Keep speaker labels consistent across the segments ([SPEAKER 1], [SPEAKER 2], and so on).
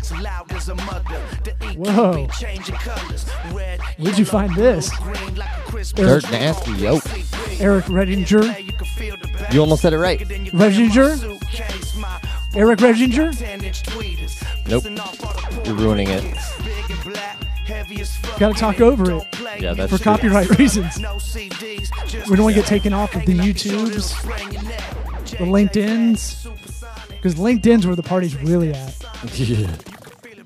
[SPEAKER 1] as a mother. The ink
[SPEAKER 2] Whoa.
[SPEAKER 1] keep changing colors. Red,
[SPEAKER 2] Where'd
[SPEAKER 1] yellow,
[SPEAKER 2] you find this? Er
[SPEAKER 1] blue, green, like a Christmas
[SPEAKER 2] Dirt
[SPEAKER 1] tree.
[SPEAKER 3] nasty, yo.
[SPEAKER 2] Eric Redinger.
[SPEAKER 1] You can feel the back.
[SPEAKER 3] You almost said it right.
[SPEAKER 1] in your
[SPEAKER 2] Redinger?
[SPEAKER 1] suitcase, my
[SPEAKER 2] Eric Redinger?
[SPEAKER 1] 10-inch tweeters.
[SPEAKER 3] Nope.
[SPEAKER 1] Pissing off all the poor
[SPEAKER 3] You're ruining it.
[SPEAKER 1] kids. Big and black, heavy as fuck,
[SPEAKER 2] Gotta talk
[SPEAKER 1] and it
[SPEAKER 2] over
[SPEAKER 1] don't
[SPEAKER 2] it.
[SPEAKER 1] play
[SPEAKER 3] Yeah,
[SPEAKER 1] me.
[SPEAKER 3] that's
[SPEAKER 2] For
[SPEAKER 3] true.
[SPEAKER 2] copyright reasons.
[SPEAKER 1] No CDs, just
[SPEAKER 2] We don't want to get taken off of the
[SPEAKER 1] hanging off your
[SPEAKER 2] YouTubes,
[SPEAKER 1] shoulders, spraying your neck.
[SPEAKER 2] the LinkedIn's.
[SPEAKER 1] Supersonic,
[SPEAKER 2] Because LinkedIn's where the party's really at.
[SPEAKER 1] feel it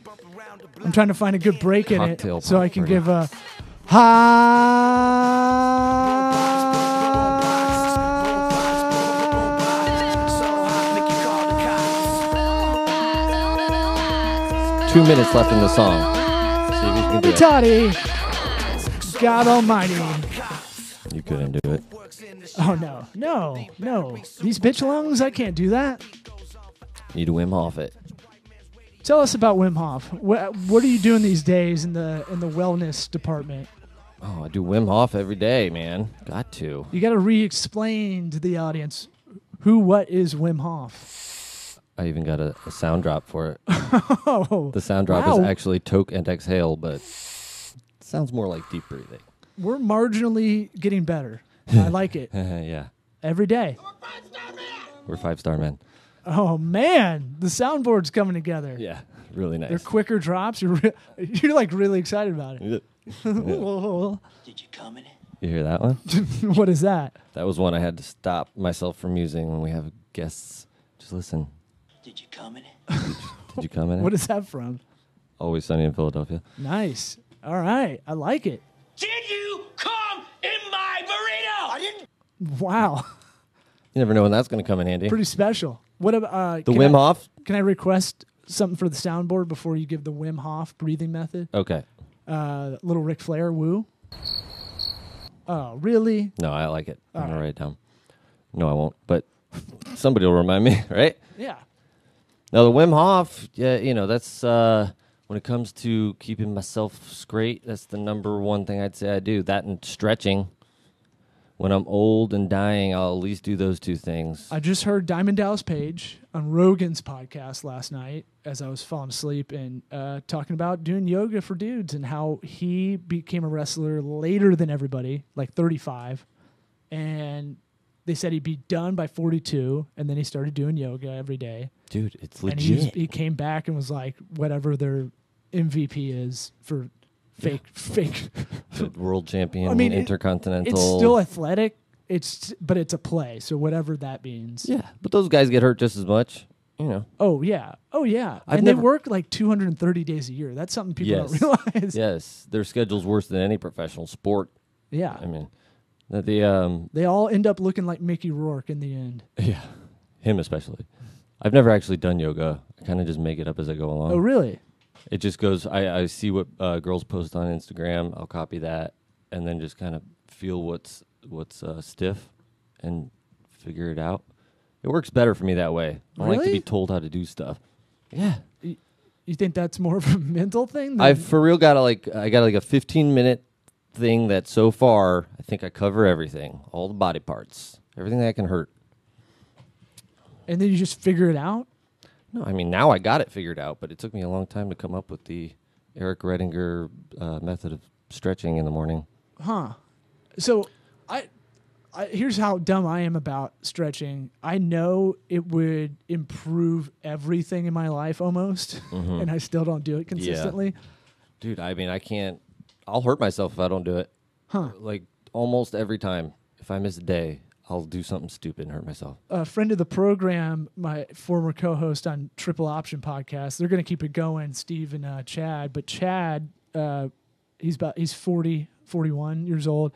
[SPEAKER 1] bump around the block.
[SPEAKER 2] I'm trying to find a good break in it
[SPEAKER 3] Cocktail
[SPEAKER 2] so I can
[SPEAKER 3] popper.
[SPEAKER 2] give a high.
[SPEAKER 3] Two minutes left in the song. See if you can do it.
[SPEAKER 2] Toddy. God Almighty.
[SPEAKER 3] You couldn't do it.
[SPEAKER 2] Oh no, no, no. These bitch lungs, I can't do that.
[SPEAKER 3] You do Wim Hof it.
[SPEAKER 2] Tell us about Wim Hof. What, what are you doing these days in the in the wellness department?
[SPEAKER 3] Oh, I do Wim Hof every day, man. Got to.
[SPEAKER 2] You got to re-explain to the audience who, what is Wim Hof.
[SPEAKER 3] I even got a, a sound drop for it.
[SPEAKER 2] Oh,
[SPEAKER 3] The sound drop
[SPEAKER 2] Wow.
[SPEAKER 3] is actually toke and exhale, but sounds more like deep breathing.
[SPEAKER 2] we're marginally getting better. I like it
[SPEAKER 3] yeah,
[SPEAKER 2] every day.
[SPEAKER 3] we're five star men.
[SPEAKER 2] Oh man, the soundboard's coming together.
[SPEAKER 3] Yeah, really nice.
[SPEAKER 2] They're quicker drops. You're re- you're like really excited about it. what
[SPEAKER 3] You hear that one?
[SPEAKER 2] is that?
[SPEAKER 3] That was one I had to stop myself from using when we have guests. Just listen. Did you come in? Did you come in?
[SPEAKER 2] What is that from?
[SPEAKER 3] Always sunny in Philadelphia.
[SPEAKER 2] Nice. All right, I like it.
[SPEAKER 4] Did you come in my burrito? I didn't.
[SPEAKER 2] Wow,
[SPEAKER 3] You never know when that's going to come in handy.
[SPEAKER 2] pretty special. What about uh,
[SPEAKER 3] the Wim Hof.
[SPEAKER 2] Can I request something for the soundboard before you give the Wim Hof breathing method?
[SPEAKER 3] Okay.
[SPEAKER 2] Uh, little Ric Flair woo. Oh really?
[SPEAKER 3] No, I like it. I'm gonna write it down. No, I won't. But somebody will remind me, right?
[SPEAKER 2] Yeah.
[SPEAKER 3] Now the Wim Hof, yeah, you know that's uh, when it comes to keeping myself straight. That's the number one thing I'd say I do. That and stretching. When I'm old and dying, I'll at least do those two things.
[SPEAKER 2] I just heard Diamond Dallas Page on Rogan's podcast last night as I was falling asleep and uh, talking about doing yoga for dudes and how he became a wrestler later than everybody, like 35. And they said he'd be done by 42. And then he started doing yoga every day.
[SPEAKER 3] Dude, it's
[SPEAKER 2] And he, was-
[SPEAKER 3] legit.
[SPEAKER 2] he came back and was like, whatever their MVP is for fake, fake.
[SPEAKER 3] The world champion,
[SPEAKER 2] I mean, it-
[SPEAKER 3] intercontinental.
[SPEAKER 2] It's still athletic. It's but it's a play, so whatever that means.
[SPEAKER 3] yeah, but those guys get hurt just as much. You know.
[SPEAKER 2] Oh yeah. Oh yeah.
[SPEAKER 3] I've
[SPEAKER 2] and
[SPEAKER 3] never-
[SPEAKER 2] they work like 230 days a year. That's something people
[SPEAKER 3] Yes.
[SPEAKER 2] don't realize.
[SPEAKER 3] Yes, their schedule's worse than any professional sport.
[SPEAKER 2] Yeah.
[SPEAKER 3] I mean, the- the um,
[SPEAKER 2] they all end up looking like Mickey Rourke in the end.
[SPEAKER 3] Yeah, him especially. I've never actually done yoga. I kind of just make it up as I go along.
[SPEAKER 2] Oh really?
[SPEAKER 3] It just goes. I, I see what uh, girls post on Instagram. I'll copy that, and then just kind of feel what's what's uh, stiff, and figure it out. It works better for me that way. I don't like to
[SPEAKER 2] Really?
[SPEAKER 3] be told how to do stuff. Yeah,
[SPEAKER 2] You think that's more of a mental thing? than-
[SPEAKER 3] I've for real got a, like I got like a 15 minute thing that so far I think I cover everything, all the body parts, everything that can hurt.
[SPEAKER 2] and then you just figure it out.
[SPEAKER 3] No, I mean now I got it figured out, but it took me a long time to come up with the Eric Redinger uh, method of stretching in the morning.
[SPEAKER 2] So I, I here's how dumb I am about stretching. I know it would improve everything in my life almost,
[SPEAKER 3] Mm-hmm.
[SPEAKER 2] and I still don't do it consistently.
[SPEAKER 3] Dude, I mean I can't. I'll hurt myself if I don't do it. Huh? Like almost every time, if I miss a day, I'll do something stupid and hurt myself.
[SPEAKER 2] a friend of the program, my former co-host on Triple Option podcast. They're going to keep it going, Steve and uh, Chad. But Chad, uh, he's about he's 40, 41 years old,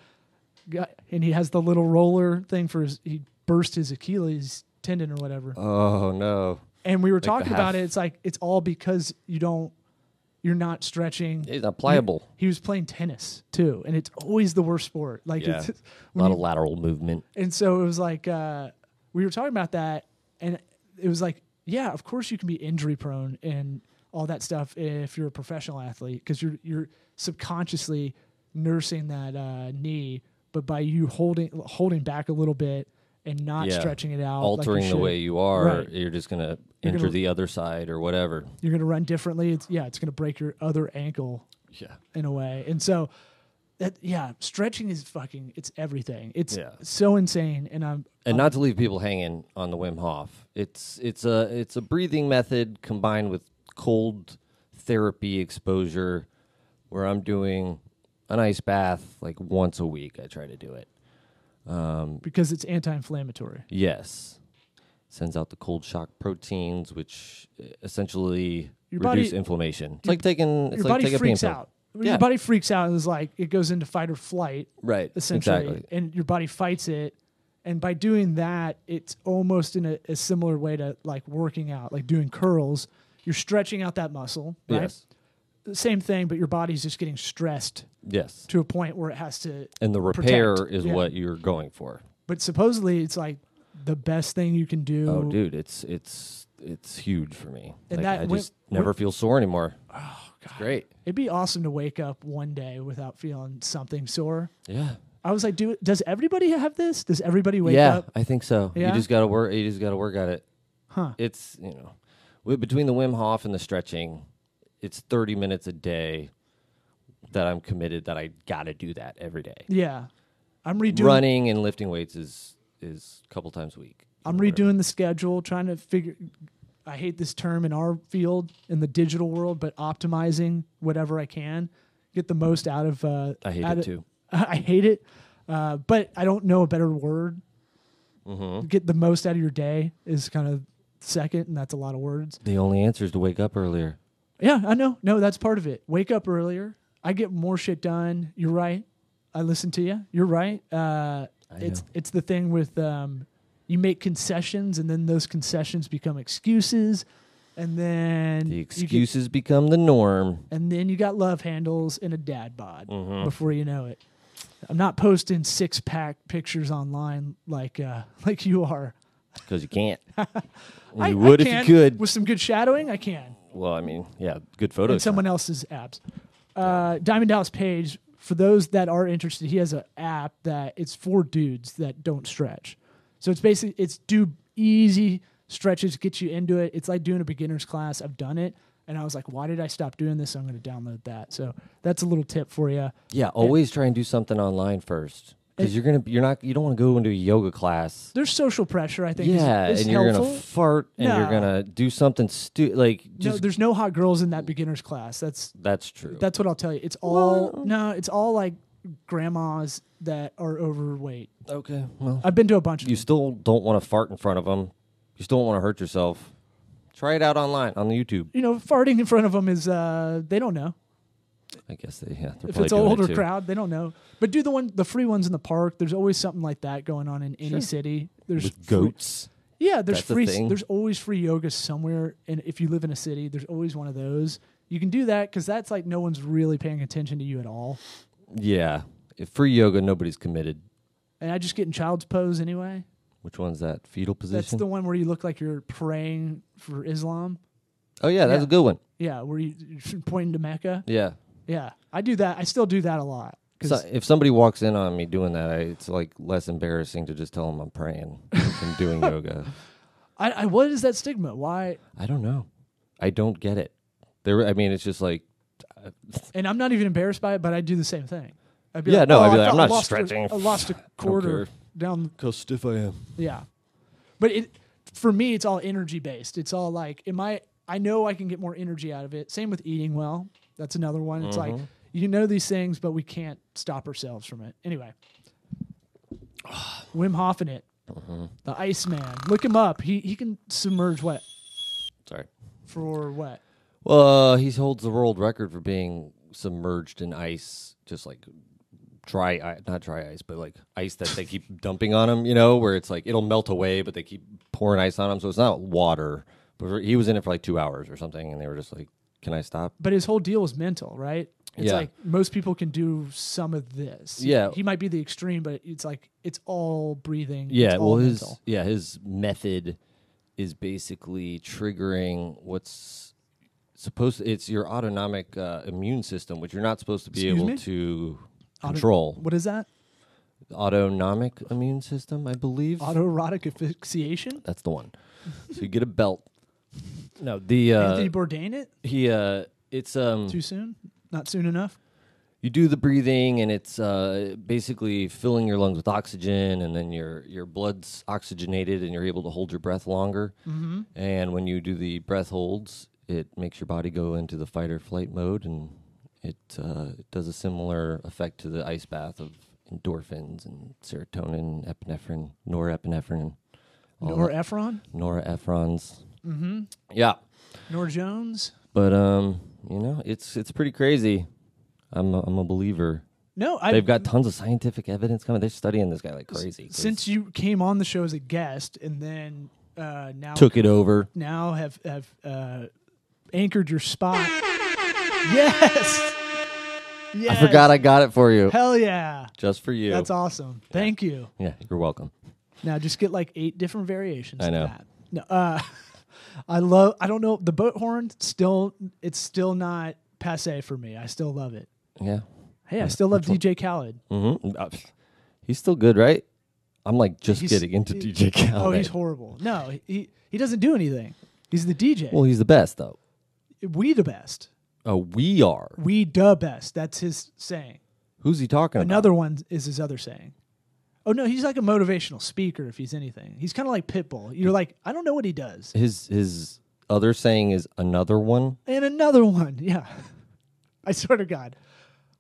[SPEAKER 2] Got- and he has the little roller thing for his. He burst his Achilles tendon or whatever.
[SPEAKER 3] Oh no!
[SPEAKER 2] and we were
[SPEAKER 3] the
[SPEAKER 2] talking about
[SPEAKER 3] half-
[SPEAKER 2] it. It's like it's all because you don't, you're not stretching.
[SPEAKER 3] It's not pliable.
[SPEAKER 2] He was playing tennis too, and it's always the worst sport. Like
[SPEAKER 3] Yeah,
[SPEAKER 2] it's
[SPEAKER 3] a lot of lateral movement.
[SPEAKER 2] and so it was like uh, we were talking about that, and it was like, yeah, of course you can be injury prone and all that stuff if you're a professional athlete because you're you're subconsciously nursing that uh, knee, but by you holding holding back a little bit and not
[SPEAKER 3] Yeah.
[SPEAKER 2] stretching it out, Oh, like you
[SPEAKER 3] altering the
[SPEAKER 2] should.
[SPEAKER 3] way you are,
[SPEAKER 2] Right.
[SPEAKER 3] you're just gonna
[SPEAKER 2] You're
[SPEAKER 3] enter
[SPEAKER 2] gonna-
[SPEAKER 3] the other side or whatever.
[SPEAKER 2] You're gonna run differently. It's yeah, it's gonna break your other ankle
[SPEAKER 3] Yeah.
[SPEAKER 2] in a way. And so that yeah, stretching is fucking it's everything. It's
[SPEAKER 3] Yeah.
[SPEAKER 2] so insane and I'm
[SPEAKER 3] And not to leave people hanging on the Wim Hof. It's it's a it's a breathing method combined with cold therapy exposure where I'm doing an ice bath like once a week. I try to do it.
[SPEAKER 2] because it's anti-inflammatory.
[SPEAKER 3] Yes. Sends out the cold shock proteins which uh, essentially
[SPEAKER 2] Your
[SPEAKER 3] reduce
[SPEAKER 2] body-
[SPEAKER 3] inflammation. It's like taking it's
[SPEAKER 2] your
[SPEAKER 3] like
[SPEAKER 2] body
[SPEAKER 3] taking a pain
[SPEAKER 2] freaks
[SPEAKER 3] pill.
[SPEAKER 2] out.
[SPEAKER 3] Yeah.
[SPEAKER 2] Your body freaks out and is like it goes into fight or flight,
[SPEAKER 3] Right.
[SPEAKER 2] essentially,
[SPEAKER 3] Exactly.
[SPEAKER 2] and your body fights it. And by doing that, it's almost in a, a similar way to like working out, like doing curls. You're stretching out that muscle, right?
[SPEAKER 3] Yes.
[SPEAKER 2] Same thing, but your body's just getting stressed
[SPEAKER 3] Yes.
[SPEAKER 2] to a point where it has to.
[SPEAKER 3] And the
[SPEAKER 2] protect.
[SPEAKER 3] repair is
[SPEAKER 2] Yeah.
[SPEAKER 3] what you're going for.
[SPEAKER 2] But supposedly, it's like the best thing you can do.
[SPEAKER 3] Oh, dude, it's it's it's huge for me.
[SPEAKER 2] And
[SPEAKER 3] like,
[SPEAKER 2] that
[SPEAKER 3] I
[SPEAKER 2] Wim-
[SPEAKER 3] just never feel sore anymore. Oh god, it's great.
[SPEAKER 2] It'd be awesome to wake up one day without feeling something sore.
[SPEAKER 3] Yeah,
[SPEAKER 2] I was like, do does everybody have this? Does everybody wake
[SPEAKER 3] yeah,
[SPEAKER 2] up?
[SPEAKER 3] I think so.
[SPEAKER 2] Yeah?
[SPEAKER 3] You just gotta work. You just gotta work at it.
[SPEAKER 2] Huh.
[SPEAKER 3] It's you know, wi- between the Wim Hof and the stretching, it's thirty minutes a day that I'm committed. That I gotta do that every day.
[SPEAKER 2] Yeah. I'm redoing
[SPEAKER 3] Running and lifting weights is is a couple times a week.
[SPEAKER 2] I'm
[SPEAKER 3] Whatever.
[SPEAKER 2] redoing the schedule, trying to figure I hate this term in our field in the digital world, but optimizing whatever I can, get the most out of uh
[SPEAKER 3] I hate
[SPEAKER 2] out
[SPEAKER 3] it
[SPEAKER 2] of-
[SPEAKER 3] too.
[SPEAKER 2] I hate it. Uh, but I don't know a better word.
[SPEAKER 3] Mm-hmm.
[SPEAKER 2] Get the most out of your day is kind of second, and that's a lot of words.
[SPEAKER 3] The only answer is to wake up earlier.
[SPEAKER 2] Yeah, I know. No, that's part of it. Wake up earlier. I get more shit done. You're right. I listen to you. You're right. Uh, it's
[SPEAKER 3] know.
[SPEAKER 2] it's the thing with um, you make concessions, and then those concessions become excuses, and then
[SPEAKER 3] The
[SPEAKER 2] you get-
[SPEAKER 3] excuses become the norm.
[SPEAKER 2] and then you got love handles and a dad bod
[SPEAKER 3] Mm-hmm.
[SPEAKER 2] before you know it. I'm not posting six pack pictures online like uh, like you are.
[SPEAKER 3] Because you can't. you
[SPEAKER 2] I- I
[SPEAKER 3] would if
[SPEAKER 2] can.
[SPEAKER 3] you could.
[SPEAKER 2] with some good shadowing. I can.
[SPEAKER 3] Well, I mean, yeah, good photos.
[SPEAKER 2] and someone else's apps. Uh, Diamond Dallas Page, for those that are interested, he has an app that it's for dudes that don't stretch. So it's basically it's do easy stretches get you into it. It's like doing a beginner's class. I've done it, and I was like, why did I stop doing this? I'm going to download that. So that's a little tip for you.
[SPEAKER 3] Yeah, always try and do something online first because you're gonna you're not you don't want to go into a yoga class.
[SPEAKER 2] There's social pressure, I think. is-
[SPEAKER 3] Yeah,
[SPEAKER 2] is,
[SPEAKER 3] and you're
[SPEAKER 2] helpful.
[SPEAKER 3] gonna fart and
[SPEAKER 2] No.
[SPEAKER 3] you're gonna do something stupid. Like
[SPEAKER 2] no,
[SPEAKER 3] just
[SPEAKER 2] there's no hot girls in that beginner's class. That's
[SPEAKER 3] that's true.
[SPEAKER 2] that's what I'll tell you. It's all no, it's all like grandmas that are overweight.
[SPEAKER 3] okay. Well,
[SPEAKER 2] I've been to a bunch of
[SPEAKER 3] you
[SPEAKER 2] them.
[SPEAKER 3] still don't want to fart in front of them. You still don't want to hurt yourself. Try it out online on YouTube.
[SPEAKER 2] you know, farting in front of them is uh they don't know.
[SPEAKER 3] I guess they yeah. They're
[SPEAKER 2] If
[SPEAKER 3] probably
[SPEAKER 2] it's an
[SPEAKER 3] doing it
[SPEAKER 2] older
[SPEAKER 3] too.
[SPEAKER 2] crowd, they don't know. But do the one the free ones in the park. There's always something like that going on in any city. There's
[SPEAKER 3] with
[SPEAKER 2] free-
[SPEAKER 3] goats.
[SPEAKER 2] yeah, there's
[SPEAKER 3] That's a
[SPEAKER 2] free
[SPEAKER 3] thing.
[SPEAKER 2] there's always free yoga somewhere and if you live in a city, there's always one of those. You can do that cuz that's like no one's really paying attention to you at all.
[SPEAKER 3] Yeah, if free yoga. Nobody's committed.
[SPEAKER 2] And I just get in child's pose anyway.
[SPEAKER 3] Which one's that? Fetal position.
[SPEAKER 2] That's the one where you look like you're praying for Islam.
[SPEAKER 3] oh yeah, that's
[SPEAKER 2] yeah.
[SPEAKER 3] a good one.
[SPEAKER 2] Yeah, where you you're pointing to Mecca.
[SPEAKER 3] Yeah.
[SPEAKER 2] Yeah. I do that. I still do that a lot. 'cause-
[SPEAKER 3] So if somebody walks in on me doing that, I, it's like less embarrassing to just tell them I'm praying and doing yoga.
[SPEAKER 2] I, I what is that stigma? Why?
[SPEAKER 3] I don't know. I don't get it. There, I mean, it's just like,
[SPEAKER 2] And I'm not even embarrassed by it, but I do the same thing. I'd be
[SPEAKER 3] Yeah, no, I'd be
[SPEAKER 2] I
[SPEAKER 3] like,
[SPEAKER 2] thought
[SPEAKER 3] I'm
[SPEAKER 2] I
[SPEAKER 3] not
[SPEAKER 2] lost a-
[SPEAKER 3] stretching.
[SPEAKER 2] I lost a quarter
[SPEAKER 3] care.
[SPEAKER 2] down.
[SPEAKER 3] how stiff I am.
[SPEAKER 2] Yeah, but it for me, it's all energy based. It's all like, am I? I know I can get more energy out of it. Same with eating well. That's another one. It's
[SPEAKER 3] Mm-hmm.
[SPEAKER 2] like you know these things, but we can't stop ourselves from it. Anyway, Wim Hof in it,
[SPEAKER 3] Mm-hmm.
[SPEAKER 2] the Iceman. Look him up. He he can submerge what
[SPEAKER 3] Sorry.
[SPEAKER 2] for what?
[SPEAKER 3] Well, uh, he holds the world record for being submerged in ice, just like dry, i- not dry ice, but like ice that they keep dumping on him. You know, where it's like it'll melt away, but they keep pouring ice on him, so it's not water. But he was in it for like two hours or something, and they were just like, "Can I stop?"
[SPEAKER 2] but his whole deal was mental, right? It's
[SPEAKER 3] Yeah.
[SPEAKER 2] like most people can do some of this.
[SPEAKER 3] Yeah.
[SPEAKER 2] He might be the extreme, but it's like it's all breathing. it's
[SPEAKER 3] Yeah,
[SPEAKER 2] all
[SPEAKER 3] well, his
[SPEAKER 2] mental.
[SPEAKER 3] yeah his method is basically triggering what's supposed. It's your autonomic uh, immune system, which you're not supposed to be
[SPEAKER 2] Excuse
[SPEAKER 3] able
[SPEAKER 2] me?
[SPEAKER 3] to
[SPEAKER 2] Auto-
[SPEAKER 3] control.
[SPEAKER 2] What is that?
[SPEAKER 3] autonomic immune system, I believe.
[SPEAKER 2] Autoerotic asphyxiation?
[SPEAKER 3] That's the one. so you get a belt. No, the uh,
[SPEAKER 2] Anthony Bourdain it?
[SPEAKER 3] he uh, it's um
[SPEAKER 2] Too soon? Not soon enough?
[SPEAKER 3] you do the breathing and it's uh, basically filling your lungs with oxygen and then your your blood's oxygenated and you're able to hold your breath longer mm-hmm. and when you do the breath holds it makes your body go into the fight or flight mode and it, uh, it does a similar effect to the ice bath of endorphins and serotonin epinephrine norepinephrine all
[SPEAKER 2] Nor
[SPEAKER 3] that-
[SPEAKER 2] Ephron?
[SPEAKER 3] norepinephrines mm-hmm. yeah
[SPEAKER 2] Nor Jones?
[SPEAKER 3] but um you know it's it's pretty crazy i'm a, I'm a believer
[SPEAKER 2] No, I
[SPEAKER 3] They've got tons of scientific evidence coming. They're studying this guy like crazy. 'cause
[SPEAKER 2] since you came on the show as a guest and then uh, now
[SPEAKER 3] took it over,
[SPEAKER 2] now have have uh, anchored your spot. yes.
[SPEAKER 3] I
[SPEAKER 2] Yes.
[SPEAKER 3] forgot I got it for you,
[SPEAKER 2] Hell yeah.
[SPEAKER 3] just for you.
[SPEAKER 2] That's awesome. Thank you.
[SPEAKER 3] Yeah, you're welcome.
[SPEAKER 2] Now just get like eight different variations.
[SPEAKER 3] I
[SPEAKER 2] of
[SPEAKER 3] know.
[SPEAKER 2] That. No, uh, I love. I don't know the boat horn. Still, it's still not passe for me. I still love it.
[SPEAKER 3] Yeah,
[SPEAKER 2] Hey, I still love DJ Khaled.
[SPEAKER 3] hmm he's still good, right? I'm like just
[SPEAKER 2] He's-
[SPEAKER 3] getting into DJ Khaled.
[SPEAKER 2] Oh, he's horrible. No, he he doesn't do anything. He's the DJ.
[SPEAKER 3] well, he's the best though.
[SPEAKER 2] we the best.
[SPEAKER 3] Oh, we are.
[SPEAKER 2] We the best. That's his saying.
[SPEAKER 3] Who's he talking about?
[SPEAKER 2] Another one is his other saying. Oh no, he's like a motivational speaker if he's anything. He's kind of like Pitbull. You're like, I don't know what he does.
[SPEAKER 3] His his other saying is another one.
[SPEAKER 2] And another one, yeah. I swear to God,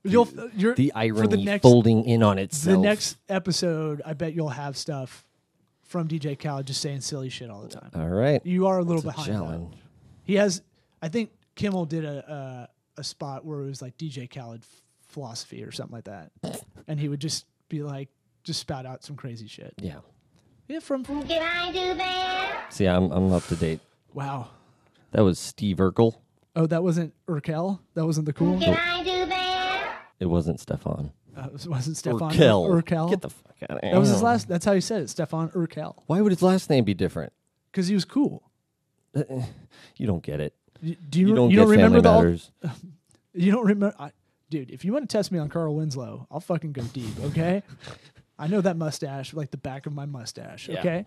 [SPEAKER 2] you'll you're
[SPEAKER 3] The
[SPEAKER 2] for
[SPEAKER 3] irony
[SPEAKER 2] the next
[SPEAKER 3] folding in on
[SPEAKER 2] the
[SPEAKER 3] itself.
[SPEAKER 2] next episode. I bet you'll have stuff from DJ Khaled just saying silly shit all the time.
[SPEAKER 3] All right,
[SPEAKER 2] You are a little
[SPEAKER 3] It's Uh, a
[SPEAKER 2] behind. though.
[SPEAKER 3] challenge.
[SPEAKER 2] He has, I think Kimmel did a a, a spot where it was like DJ Khaled f- philosophy or something like that, and he would just be like, just spout out some crazy shit.
[SPEAKER 3] Yeah.
[SPEAKER 2] Yeah, from, from
[SPEAKER 5] Can I do that?
[SPEAKER 3] See, I'm I'm up to date.
[SPEAKER 2] wow.
[SPEAKER 3] That was Steve Urkel.
[SPEAKER 2] Oh, that wasn't Urkel. That wasn't the cool.
[SPEAKER 5] Can I do that?
[SPEAKER 3] It wasn't Stefan.
[SPEAKER 2] Uh, it wasn't Stefan
[SPEAKER 3] Urkel.
[SPEAKER 2] Urkel.
[SPEAKER 3] Get the fuck out of here.
[SPEAKER 2] that was his last. That's how he said it, Stefan Urkel,
[SPEAKER 3] Why would his last name be different?
[SPEAKER 2] because he was cool.
[SPEAKER 3] You don't get it.
[SPEAKER 2] Y- Do you,
[SPEAKER 3] You don't
[SPEAKER 2] you
[SPEAKER 3] get
[SPEAKER 2] don't remember
[SPEAKER 3] Family
[SPEAKER 2] the all,
[SPEAKER 3] Matters.
[SPEAKER 2] You don't remember, I, dude. If you want to test me on Carl Winslow, I'll fucking go deep. Okay, I know that mustache like the back of my mustache. Okay,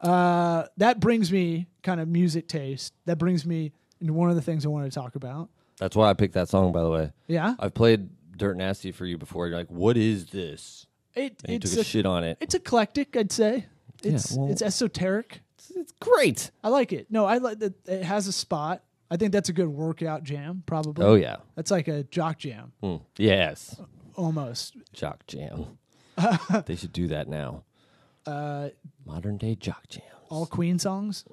[SPEAKER 2] uh, that brings me kind of music taste. That brings me into one of the things I wanted to talk about.
[SPEAKER 3] That's why I picked that song, by the way.
[SPEAKER 2] Yeah,
[SPEAKER 3] I've played Dirt Nasty for you before. You're like, what is this?
[SPEAKER 2] it,
[SPEAKER 3] And you
[SPEAKER 2] it's
[SPEAKER 3] took a, shit on it.
[SPEAKER 2] it's eclectic. I'd say it's
[SPEAKER 3] well-
[SPEAKER 2] it's esoteric.
[SPEAKER 3] It's, it's great.
[SPEAKER 2] I like it. No, I like that. It has a spot. I think that's a good workout jam. Probably.
[SPEAKER 3] Oh, yeah.
[SPEAKER 2] That's like a jock jam
[SPEAKER 3] Mm, Yes.
[SPEAKER 2] almost.
[SPEAKER 3] Jock Jam. they should do that now.
[SPEAKER 2] Uh,
[SPEAKER 3] Modern day Jock Jam.
[SPEAKER 2] all Queen songs.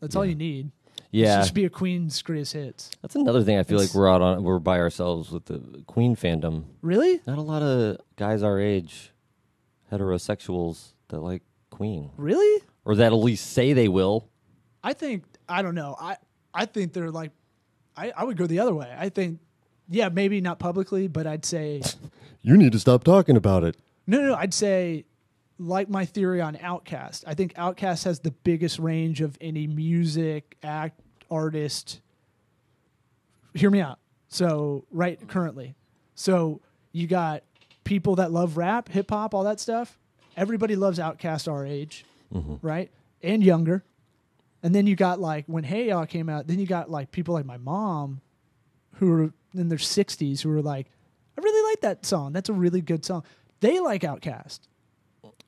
[SPEAKER 2] That's all you need. It
[SPEAKER 3] Yeah.
[SPEAKER 2] should be a Queen's greatest hits.
[SPEAKER 3] That's another thing I feel like
[SPEAKER 2] It's-
[SPEAKER 3] we're out on. We're by ourselves with the Queen fandom.
[SPEAKER 2] Really?
[SPEAKER 3] Not a lot of guys our age, heterosexuals, that like Queen.
[SPEAKER 2] Really?
[SPEAKER 3] Or that at least say they will.
[SPEAKER 2] I think I don't know. I I think they're like I, I would go the other way. I think yeah, maybe not publicly, but I'd say
[SPEAKER 3] You need to stop talking about it.
[SPEAKER 2] no no, I'd say like my theory on Outcast. I think Outcast has the biggest range of any music, act, artist. Hear me out. So right currently. So you got people that love rap, hip hop, all that stuff. Everybody loves Outcast our age,
[SPEAKER 3] Mm-hmm.
[SPEAKER 2] right? And younger. And then you got like when Hey Ya came out, then you got like people like my mom who were in their 60s who were like, I really like that song. That's a really good song. They like Outcast.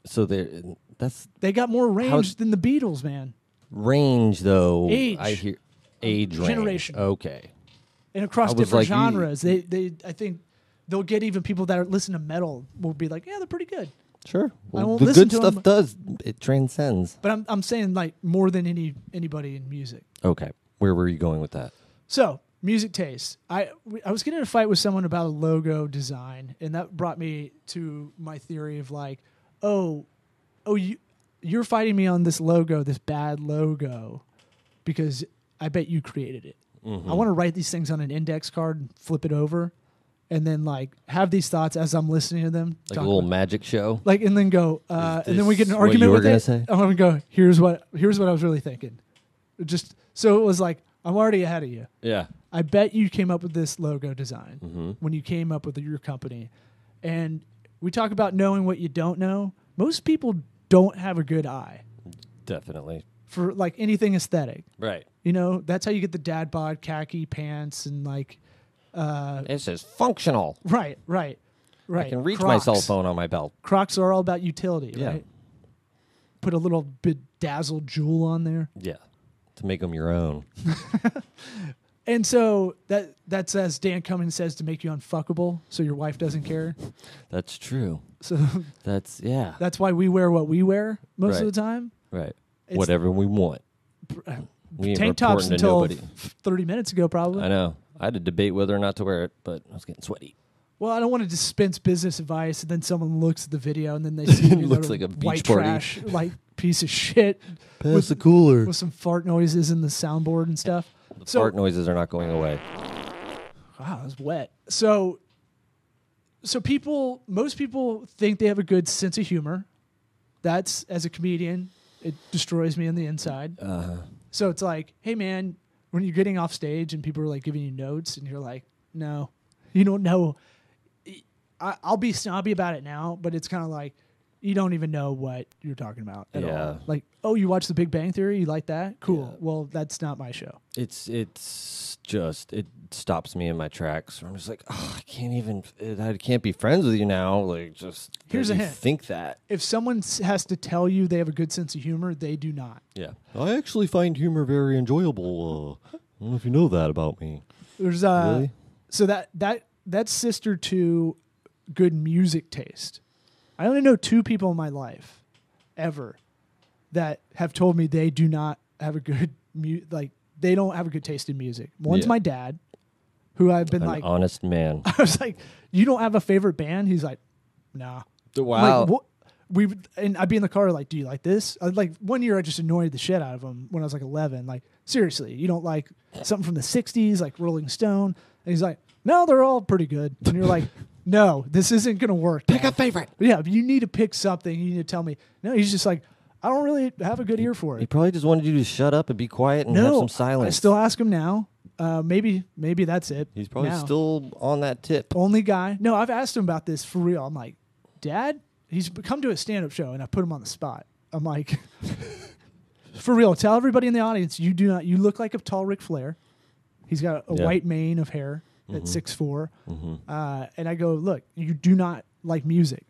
[SPEAKER 3] So there, that's
[SPEAKER 2] They got more range
[SPEAKER 3] How's-
[SPEAKER 2] than the Beatles, man.
[SPEAKER 3] range though.
[SPEAKER 2] Age.
[SPEAKER 3] I hear age range.
[SPEAKER 2] Generation.
[SPEAKER 3] Okay.
[SPEAKER 2] And
[SPEAKER 3] I
[SPEAKER 2] across
[SPEAKER 3] was
[SPEAKER 2] different
[SPEAKER 3] like, E? you-
[SPEAKER 2] genres, they, they, I think they'll get even people that are, listen to metal will be like, yeah, they're pretty good.
[SPEAKER 3] Sure. Well,
[SPEAKER 2] won't
[SPEAKER 3] the
[SPEAKER 2] listen
[SPEAKER 3] good
[SPEAKER 2] to
[SPEAKER 3] stuff
[SPEAKER 2] 'em.
[SPEAKER 3] does it transcends.
[SPEAKER 2] But I'm, I'm saying like more than any anybody in music.
[SPEAKER 3] Okay. Where were you going with that?
[SPEAKER 2] So music taste. I we- I was getting in a fight with someone about a logo design, and that brought me to my theory of like, oh, oh you you're fighting me on this logo, this bad logo, because I bet you created it.
[SPEAKER 3] Mm-hmm.
[SPEAKER 2] I want to write these things on an index card and flip it over, and then like have these thoughts as I'm listening to them.
[SPEAKER 3] Like
[SPEAKER 2] talk
[SPEAKER 3] a little
[SPEAKER 2] about-
[SPEAKER 3] magic show.
[SPEAKER 2] like and then go uh,
[SPEAKER 3] Is
[SPEAKER 2] and then we get in
[SPEAKER 3] this
[SPEAKER 2] an
[SPEAKER 3] what you
[SPEAKER 2] argument
[SPEAKER 3] were
[SPEAKER 2] with
[SPEAKER 3] gonna
[SPEAKER 2] it.
[SPEAKER 3] say?
[SPEAKER 2] I'm gonna go. Here's what here's what I was really thinking. Just so it was like I'm already ahead of you.
[SPEAKER 3] Yeah.
[SPEAKER 2] I
[SPEAKER 3] Mm-hmm.
[SPEAKER 2] bet you came up with this logo design when you came up with your company, and we talk about knowing what you don't know. Most people don't have a good eye
[SPEAKER 3] Definitely.
[SPEAKER 2] for like anything aesthetic.
[SPEAKER 3] Right.
[SPEAKER 2] You know, that's how you get the dad bod, khaki pants, and like
[SPEAKER 3] This is functional.
[SPEAKER 2] right, right, right.
[SPEAKER 3] I can reach
[SPEAKER 2] Crocs.
[SPEAKER 3] my cell phone on my belt.
[SPEAKER 2] Crocs are all about utility,
[SPEAKER 3] Yeah.
[SPEAKER 2] right? Put a little bedazzled jewel on there.
[SPEAKER 3] Yeah. To make them your own.
[SPEAKER 2] And so that that's as Dan Cummins says to make you unfuckable so your wife doesn't care.
[SPEAKER 3] That's true.
[SPEAKER 2] So
[SPEAKER 3] That's yeah.
[SPEAKER 2] that's why we wear what we wear most of
[SPEAKER 3] Right.
[SPEAKER 2] the time.
[SPEAKER 3] right.
[SPEAKER 2] It's- uh,
[SPEAKER 3] Whatever we want. We ain't
[SPEAKER 2] Tank tops
[SPEAKER 3] reporting to
[SPEAKER 2] until
[SPEAKER 3] nobody.
[SPEAKER 2] f- 30 minutes ago probably.
[SPEAKER 3] I know. I had to debate whether or not to wear it, but I was getting sweaty.
[SPEAKER 2] Well, I don't want to dispense business advice, and then someone looks at the video, and then they see you
[SPEAKER 3] Looks
[SPEAKER 2] know,
[SPEAKER 3] like a beach
[SPEAKER 2] white
[SPEAKER 3] party.
[SPEAKER 2] trash, like piece of shit
[SPEAKER 3] Pass the cooler.
[SPEAKER 2] with some fart noises in the soundboard and stuff. so,
[SPEAKER 3] Fart noises are not going away.
[SPEAKER 2] wow, that was wet. So, so people, most people think they have a good sense of humor. That's as a comedian, it destroys me on the inside. So it's like, hey man, when you're getting off stage and people are like giving you notes, and you're like, no, you don't know. E, I, I'll be snobby about it now, but it's kind of like you don't even know what you're talking about at
[SPEAKER 3] Yeah.
[SPEAKER 2] all. Like, oh, you watch The Big Bang Theory? You like that? Cool. Well, that's not my show.
[SPEAKER 3] It's it's just it stops me in my tracks. I'm just like, oh, I can't even. I can't be friends with you now. Like, just that
[SPEAKER 2] Here's a
[SPEAKER 3] you
[SPEAKER 2] hint.
[SPEAKER 3] Think that.
[SPEAKER 2] if someone s- has to tell you they have a good sense of humor, they do not.
[SPEAKER 3] Yeah. I actually find humor very enjoyable. Uh, I don't know if you know that about me.
[SPEAKER 2] There's uh,
[SPEAKER 3] Really?
[SPEAKER 2] so that that that's sister to good music taste. I only know two people in my life ever that have told me they do not have a good mu- like they don't have a good taste in music. One's
[SPEAKER 3] Yeah.
[SPEAKER 2] my dad, who I've been
[SPEAKER 3] An
[SPEAKER 2] like,
[SPEAKER 3] honest man.
[SPEAKER 2] I was like, you don't have a favorite band? He's like, nah. I'm Like, what? We would- and I'd be in the car like, do you like this? I, like one year, I just annoyed the shit out of him when I was like eleven. Like seriously, you don't like something from the '60s, like Rolling Stone? And he's like, no, they're all pretty good. And you're like, no, this isn't gonna work. Pick a favorite. Yeah, you need to pick something. You need to tell me. No, he's just like, I don't really have a good ear for
[SPEAKER 3] He
[SPEAKER 2] it.
[SPEAKER 3] probably just wanted you to shut up and be quiet and have
[SPEAKER 2] No,
[SPEAKER 3] some
[SPEAKER 2] I
[SPEAKER 3] silence.
[SPEAKER 2] still ask him now. Uh, maybe, maybe that's it.
[SPEAKER 3] He's probably
[SPEAKER 2] now.
[SPEAKER 3] still on that tip.
[SPEAKER 2] only guy. No, I've asked him about this for real. I'm like, Dad, he's come to a stand up show and I put him on the spot. I'm like, for real, tell everybody in the audience you do not, you look like a tall Ric Flair. He's got a
[SPEAKER 3] Yeah. Mm-hmm.
[SPEAKER 2] white mane of hair at 6'4. Uh, and I go, Look, you do not like music.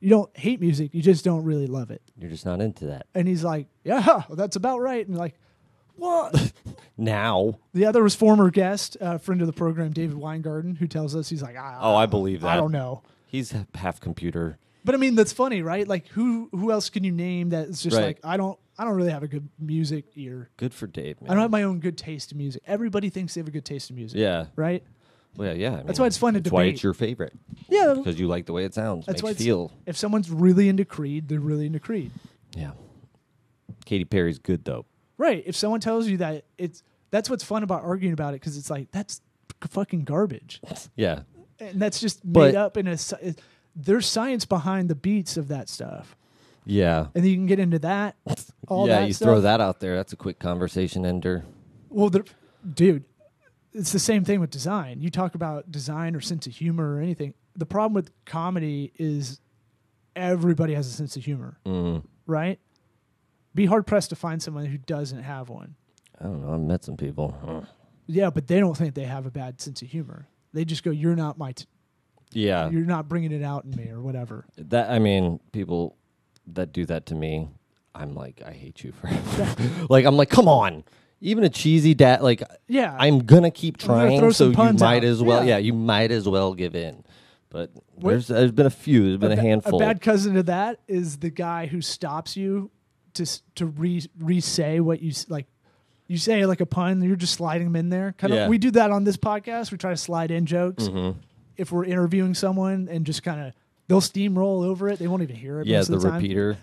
[SPEAKER 2] You don't hate music, you just don't really love it.
[SPEAKER 3] You're just not into that
[SPEAKER 2] And he's like, Yeah, that's about right. And like, what?
[SPEAKER 3] now.
[SPEAKER 2] The other was former guest, uh, friend of the program, David Weingarten, who tells us he's like, I,
[SPEAKER 3] Oh, I believe that.
[SPEAKER 2] I don't know.
[SPEAKER 3] He's h- half computer.
[SPEAKER 2] But I mean, that's funny, right? Like, who who else can you name that's just
[SPEAKER 3] Right.
[SPEAKER 2] like I don't I don't really have a good music ear.
[SPEAKER 3] Good for Dave. Man.
[SPEAKER 2] I don't have my own good taste in music. Everybody thinks they have a good taste in music.
[SPEAKER 3] Yeah.
[SPEAKER 2] Right.
[SPEAKER 3] Well, yeah, yeah. I
[SPEAKER 2] That's
[SPEAKER 3] mean,
[SPEAKER 2] why it's fun to
[SPEAKER 3] That's why it's
[SPEAKER 2] debate.
[SPEAKER 3] your favorite
[SPEAKER 2] Yeah.
[SPEAKER 3] because you like the way it sounds.
[SPEAKER 2] That's
[SPEAKER 3] That's
[SPEAKER 2] why
[SPEAKER 3] makes
[SPEAKER 2] it's,
[SPEAKER 3] you feel.
[SPEAKER 2] if someone's really into Creed, they're really into Creed.
[SPEAKER 3] Yeah. Katy Perry's good though.
[SPEAKER 2] Right. If someone tells you that, it's that's what's fun about arguing about it because it's like that's fucking garbage,
[SPEAKER 3] Yeah.
[SPEAKER 2] and that's just made
[SPEAKER 3] But-
[SPEAKER 2] up in a. sci- There's science behind the beats of that stuff,
[SPEAKER 3] Yeah.
[SPEAKER 2] and then you can get into that. All
[SPEAKER 3] yeah,
[SPEAKER 2] that
[SPEAKER 3] you
[SPEAKER 2] stuff.
[SPEAKER 3] throw that out there. That's a quick conversation ender.
[SPEAKER 2] Well, there, dude, it's the same thing with design. You talk about design or sense of humor or anything. The problem with comedy is everybody has a sense of humor, right? Be hard pressed to find someone who doesn't have one.
[SPEAKER 3] I don't know. I've met some people. Huh.
[SPEAKER 2] Yeah, but they don't think they have a bad sense of humor. They just go, "You're not my, t-
[SPEAKER 3] Yeah.
[SPEAKER 2] you're not bringing it out in me, or whatever."
[SPEAKER 3] That I mean, people that do that to me, I'm like, I hate you for like I'm like, come on. Even a cheesy dad like
[SPEAKER 2] Yeah.
[SPEAKER 3] I'm gonna keep
[SPEAKER 2] gonna
[SPEAKER 3] trying,
[SPEAKER 2] throw
[SPEAKER 3] so
[SPEAKER 2] some
[SPEAKER 3] you
[SPEAKER 2] puns
[SPEAKER 3] might
[SPEAKER 2] out.
[SPEAKER 3] as well
[SPEAKER 2] Yeah.
[SPEAKER 3] yeah. you might as well give in. But there's there's been a few, there's been a,
[SPEAKER 2] ba-
[SPEAKER 3] handful.
[SPEAKER 2] A bad cousin to that is the guy who stops you to s- to re re say what you s- like. You say like a pun, you're just sliding them in there. Kind
[SPEAKER 3] Yeah. Mm-hmm.
[SPEAKER 2] of, we do that on this podcast. We try to slide in jokes if we're interviewing someone, and just kind of they'll steamroll over it. They won't even hear it.
[SPEAKER 3] yeah,
[SPEAKER 2] most of
[SPEAKER 3] the,
[SPEAKER 2] the time.
[SPEAKER 3] repeater.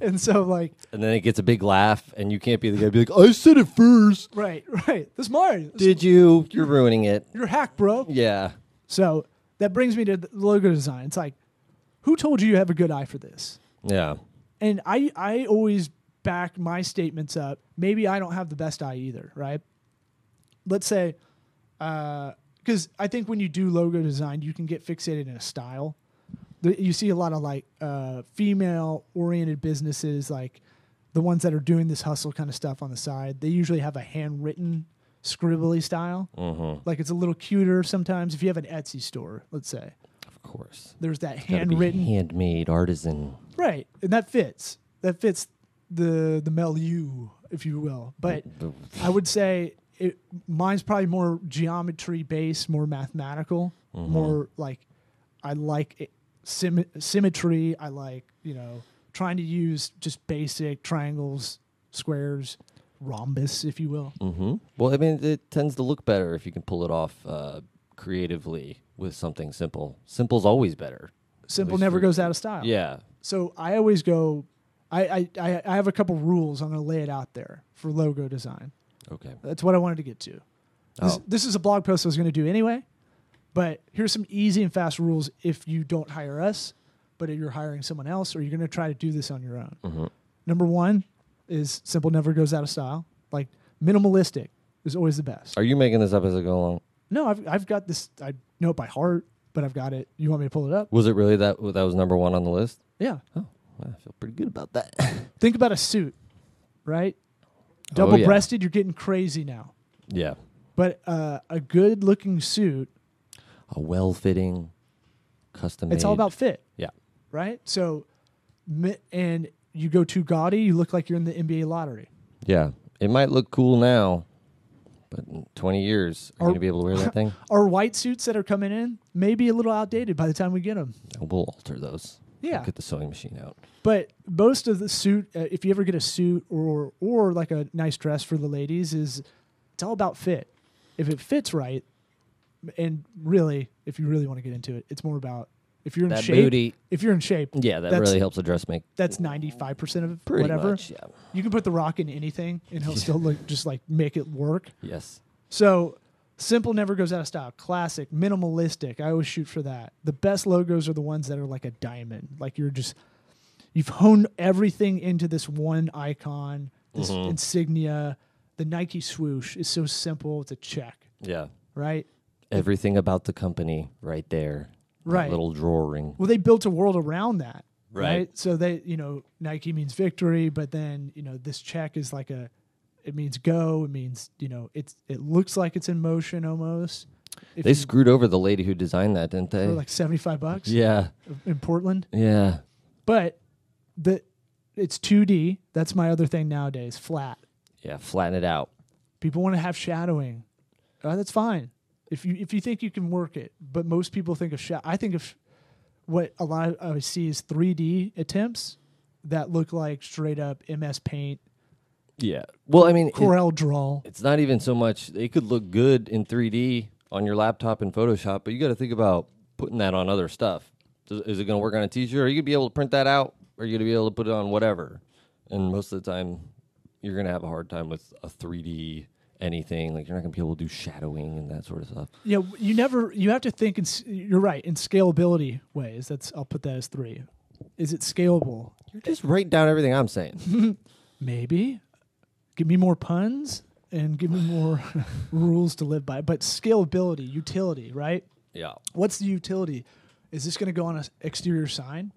[SPEAKER 2] And so like,
[SPEAKER 3] and then it gets a big laugh and you can't be the guy to be like, I said it first.
[SPEAKER 2] right, right. This Mario, this-
[SPEAKER 3] Did you? You're ruining it.
[SPEAKER 2] you're a hack, bro.
[SPEAKER 3] Yeah.
[SPEAKER 2] So that brings me to the logo design. It's like, who told you you have a good eye for this?
[SPEAKER 3] Yeah.
[SPEAKER 2] and I I always back my statements up. Maybe I don't have the best eye either, right? Let's say, uh, because I think when you do logo design, you can get fixated in a style. the, you see a lot of like uh, female oriented businesses, like the ones that are doing this hustle kind of stuff on the side. They usually have a handwritten scribbly style.
[SPEAKER 3] Mm-hmm.
[SPEAKER 2] Like it's a little cuter sometimes. If you have an Etsy store, let's say,
[SPEAKER 3] Of course.
[SPEAKER 2] there's that
[SPEAKER 3] Gotta be
[SPEAKER 2] handwritten
[SPEAKER 3] handmade artisan.
[SPEAKER 2] Right, and that fits. That fits the the milieu, if you will. But I would say it, mine's probably more geometry based, more mathematical,
[SPEAKER 3] Mm-hmm.
[SPEAKER 2] more like I like it, sym- symmetry. I like you know trying to use just basic triangles, squares, rhombus, if you will.
[SPEAKER 3] hmm Well, I mean, it tends to look better if you can pull it off uh, creatively with something simple. Simple's always better.
[SPEAKER 2] Simple
[SPEAKER 3] least
[SPEAKER 2] never
[SPEAKER 3] for-
[SPEAKER 2] goes out of style.
[SPEAKER 3] Yeah.
[SPEAKER 2] So I always go. I, I- I, I have a couple rules. I'm going to lay it out there for logo design.
[SPEAKER 3] Okay.
[SPEAKER 2] That's what I wanted to get to. This,
[SPEAKER 3] Oh.
[SPEAKER 2] this is a blog post I was going to do anyway, but here's some easy and fast rules if you don't hire us, but if you're hiring someone else or you're going to try to do this on your own.
[SPEAKER 3] Mm-hmm.
[SPEAKER 2] Number one is simple never goes out of style. Like minimalistic is always the best.
[SPEAKER 3] Are you making this up as I go along?
[SPEAKER 2] No, I've, I've got this. I know it by heart, but I've got it. You want me to pull it up?
[SPEAKER 3] Was it really that that was number one on the list?
[SPEAKER 2] Yeah.
[SPEAKER 3] I feel pretty good about that. Oh,
[SPEAKER 2] Think about a suit, right?
[SPEAKER 3] yeah.
[SPEAKER 2] Double breasted, you're getting crazy now.
[SPEAKER 3] yeah.
[SPEAKER 2] But uh, a good looking suit,
[SPEAKER 3] A well fitting, custom
[SPEAKER 2] it's all about fit.
[SPEAKER 3] Yeah.
[SPEAKER 2] right? So, mi- and you go too gaudy, you look like you're in the NBA lottery.
[SPEAKER 3] Yeah. It might look cool now, but in 20 years, are you
[SPEAKER 2] Are-
[SPEAKER 3] going to be able to wear that thing?
[SPEAKER 2] Our white suits that are coming in may be a little outdated by the time we get them.
[SPEAKER 3] We'll alter those. We'll
[SPEAKER 2] Yeah.
[SPEAKER 3] Get the sewing machine out.
[SPEAKER 2] But most of the suit, uh, if you ever get a suit or or like a nice dress for the ladies, is it's all about fit. If it fits right, and really, if you really want to get into it, it's more about if you're in
[SPEAKER 3] That
[SPEAKER 2] shape.
[SPEAKER 3] booty.
[SPEAKER 2] If you're in shape,
[SPEAKER 3] Yeah, that
[SPEAKER 2] that's,
[SPEAKER 3] really helps a dress make.
[SPEAKER 2] That's ninety five percent of
[SPEAKER 3] Pretty
[SPEAKER 2] whatever.
[SPEAKER 3] much, yeah.
[SPEAKER 2] You can put the rock in anything, and he'll still look just like make it work.
[SPEAKER 3] Yes.
[SPEAKER 2] So simple never goes out of style. Classic, minimalistic. I always shoot for that. The best logos are the ones that are like a diamond. Like you're just you've honed everything into this one icon, this
[SPEAKER 3] Mm-hmm.
[SPEAKER 2] insignia. The Nike swoosh is so simple. It's a check,
[SPEAKER 3] Yeah.
[SPEAKER 2] right?
[SPEAKER 3] Everything about the company right there. That
[SPEAKER 2] Right.
[SPEAKER 3] Little drawing.
[SPEAKER 2] Well, they built a world around that,
[SPEAKER 3] Right.
[SPEAKER 2] So they, you know, Nike means victory, but then you know this check is like a, it means go. It means you know it's it looks like it's in motion almost. If
[SPEAKER 3] They
[SPEAKER 2] you-
[SPEAKER 3] screwed over the lady who designed that, didn't they?
[SPEAKER 2] for like seventy five bucks.
[SPEAKER 3] yeah.
[SPEAKER 2] in Portland.
[SPEAKER 3] Yeah.
[SPEAKER 2] But the it's 2D. That's my other thing nowadays. Flat.
[SPEAKER 3] Yeah. Flatten it out.
[SPEAKER 2] People want to have shadowing. Uh, that's fine. If you if you think you can work it, but most people think of shadow. I think of what a lot of I see is 3D attempts that look like straight up MS Paint,
[SPEAKER 3] Yeah. Well, I mean, it-
[SPEAKER 2] Corel Draw.
[SPEAKER 3] it's not even so much it could look good in 3D on your laptop in Photoshop, but you got to think about putting that on other stuff. Does, is it going to work on a T-shirt? Are you going to be able to print that out? Are you going to be able to put it on whatever? And most of the time, you're going to have a hard time with a 3D anything. Like you're not going to be able to do shadowing and that sort of stuff.
[SPEAKER 2] Yeah, you never you have to think in s- you're right in scalability ways. That's I'll put that as 3. Is it scalable?
[SPEAKER 3] You're just writing down everything I'm saying.
[SPEAKER 2] Maybe. Give me more puns and give me more rules to live by. But scalability, utility, right?
[SPEAKER 3] yeah.
[SPEAKER 2] What's the utility? Is this going to go on an exterior sign?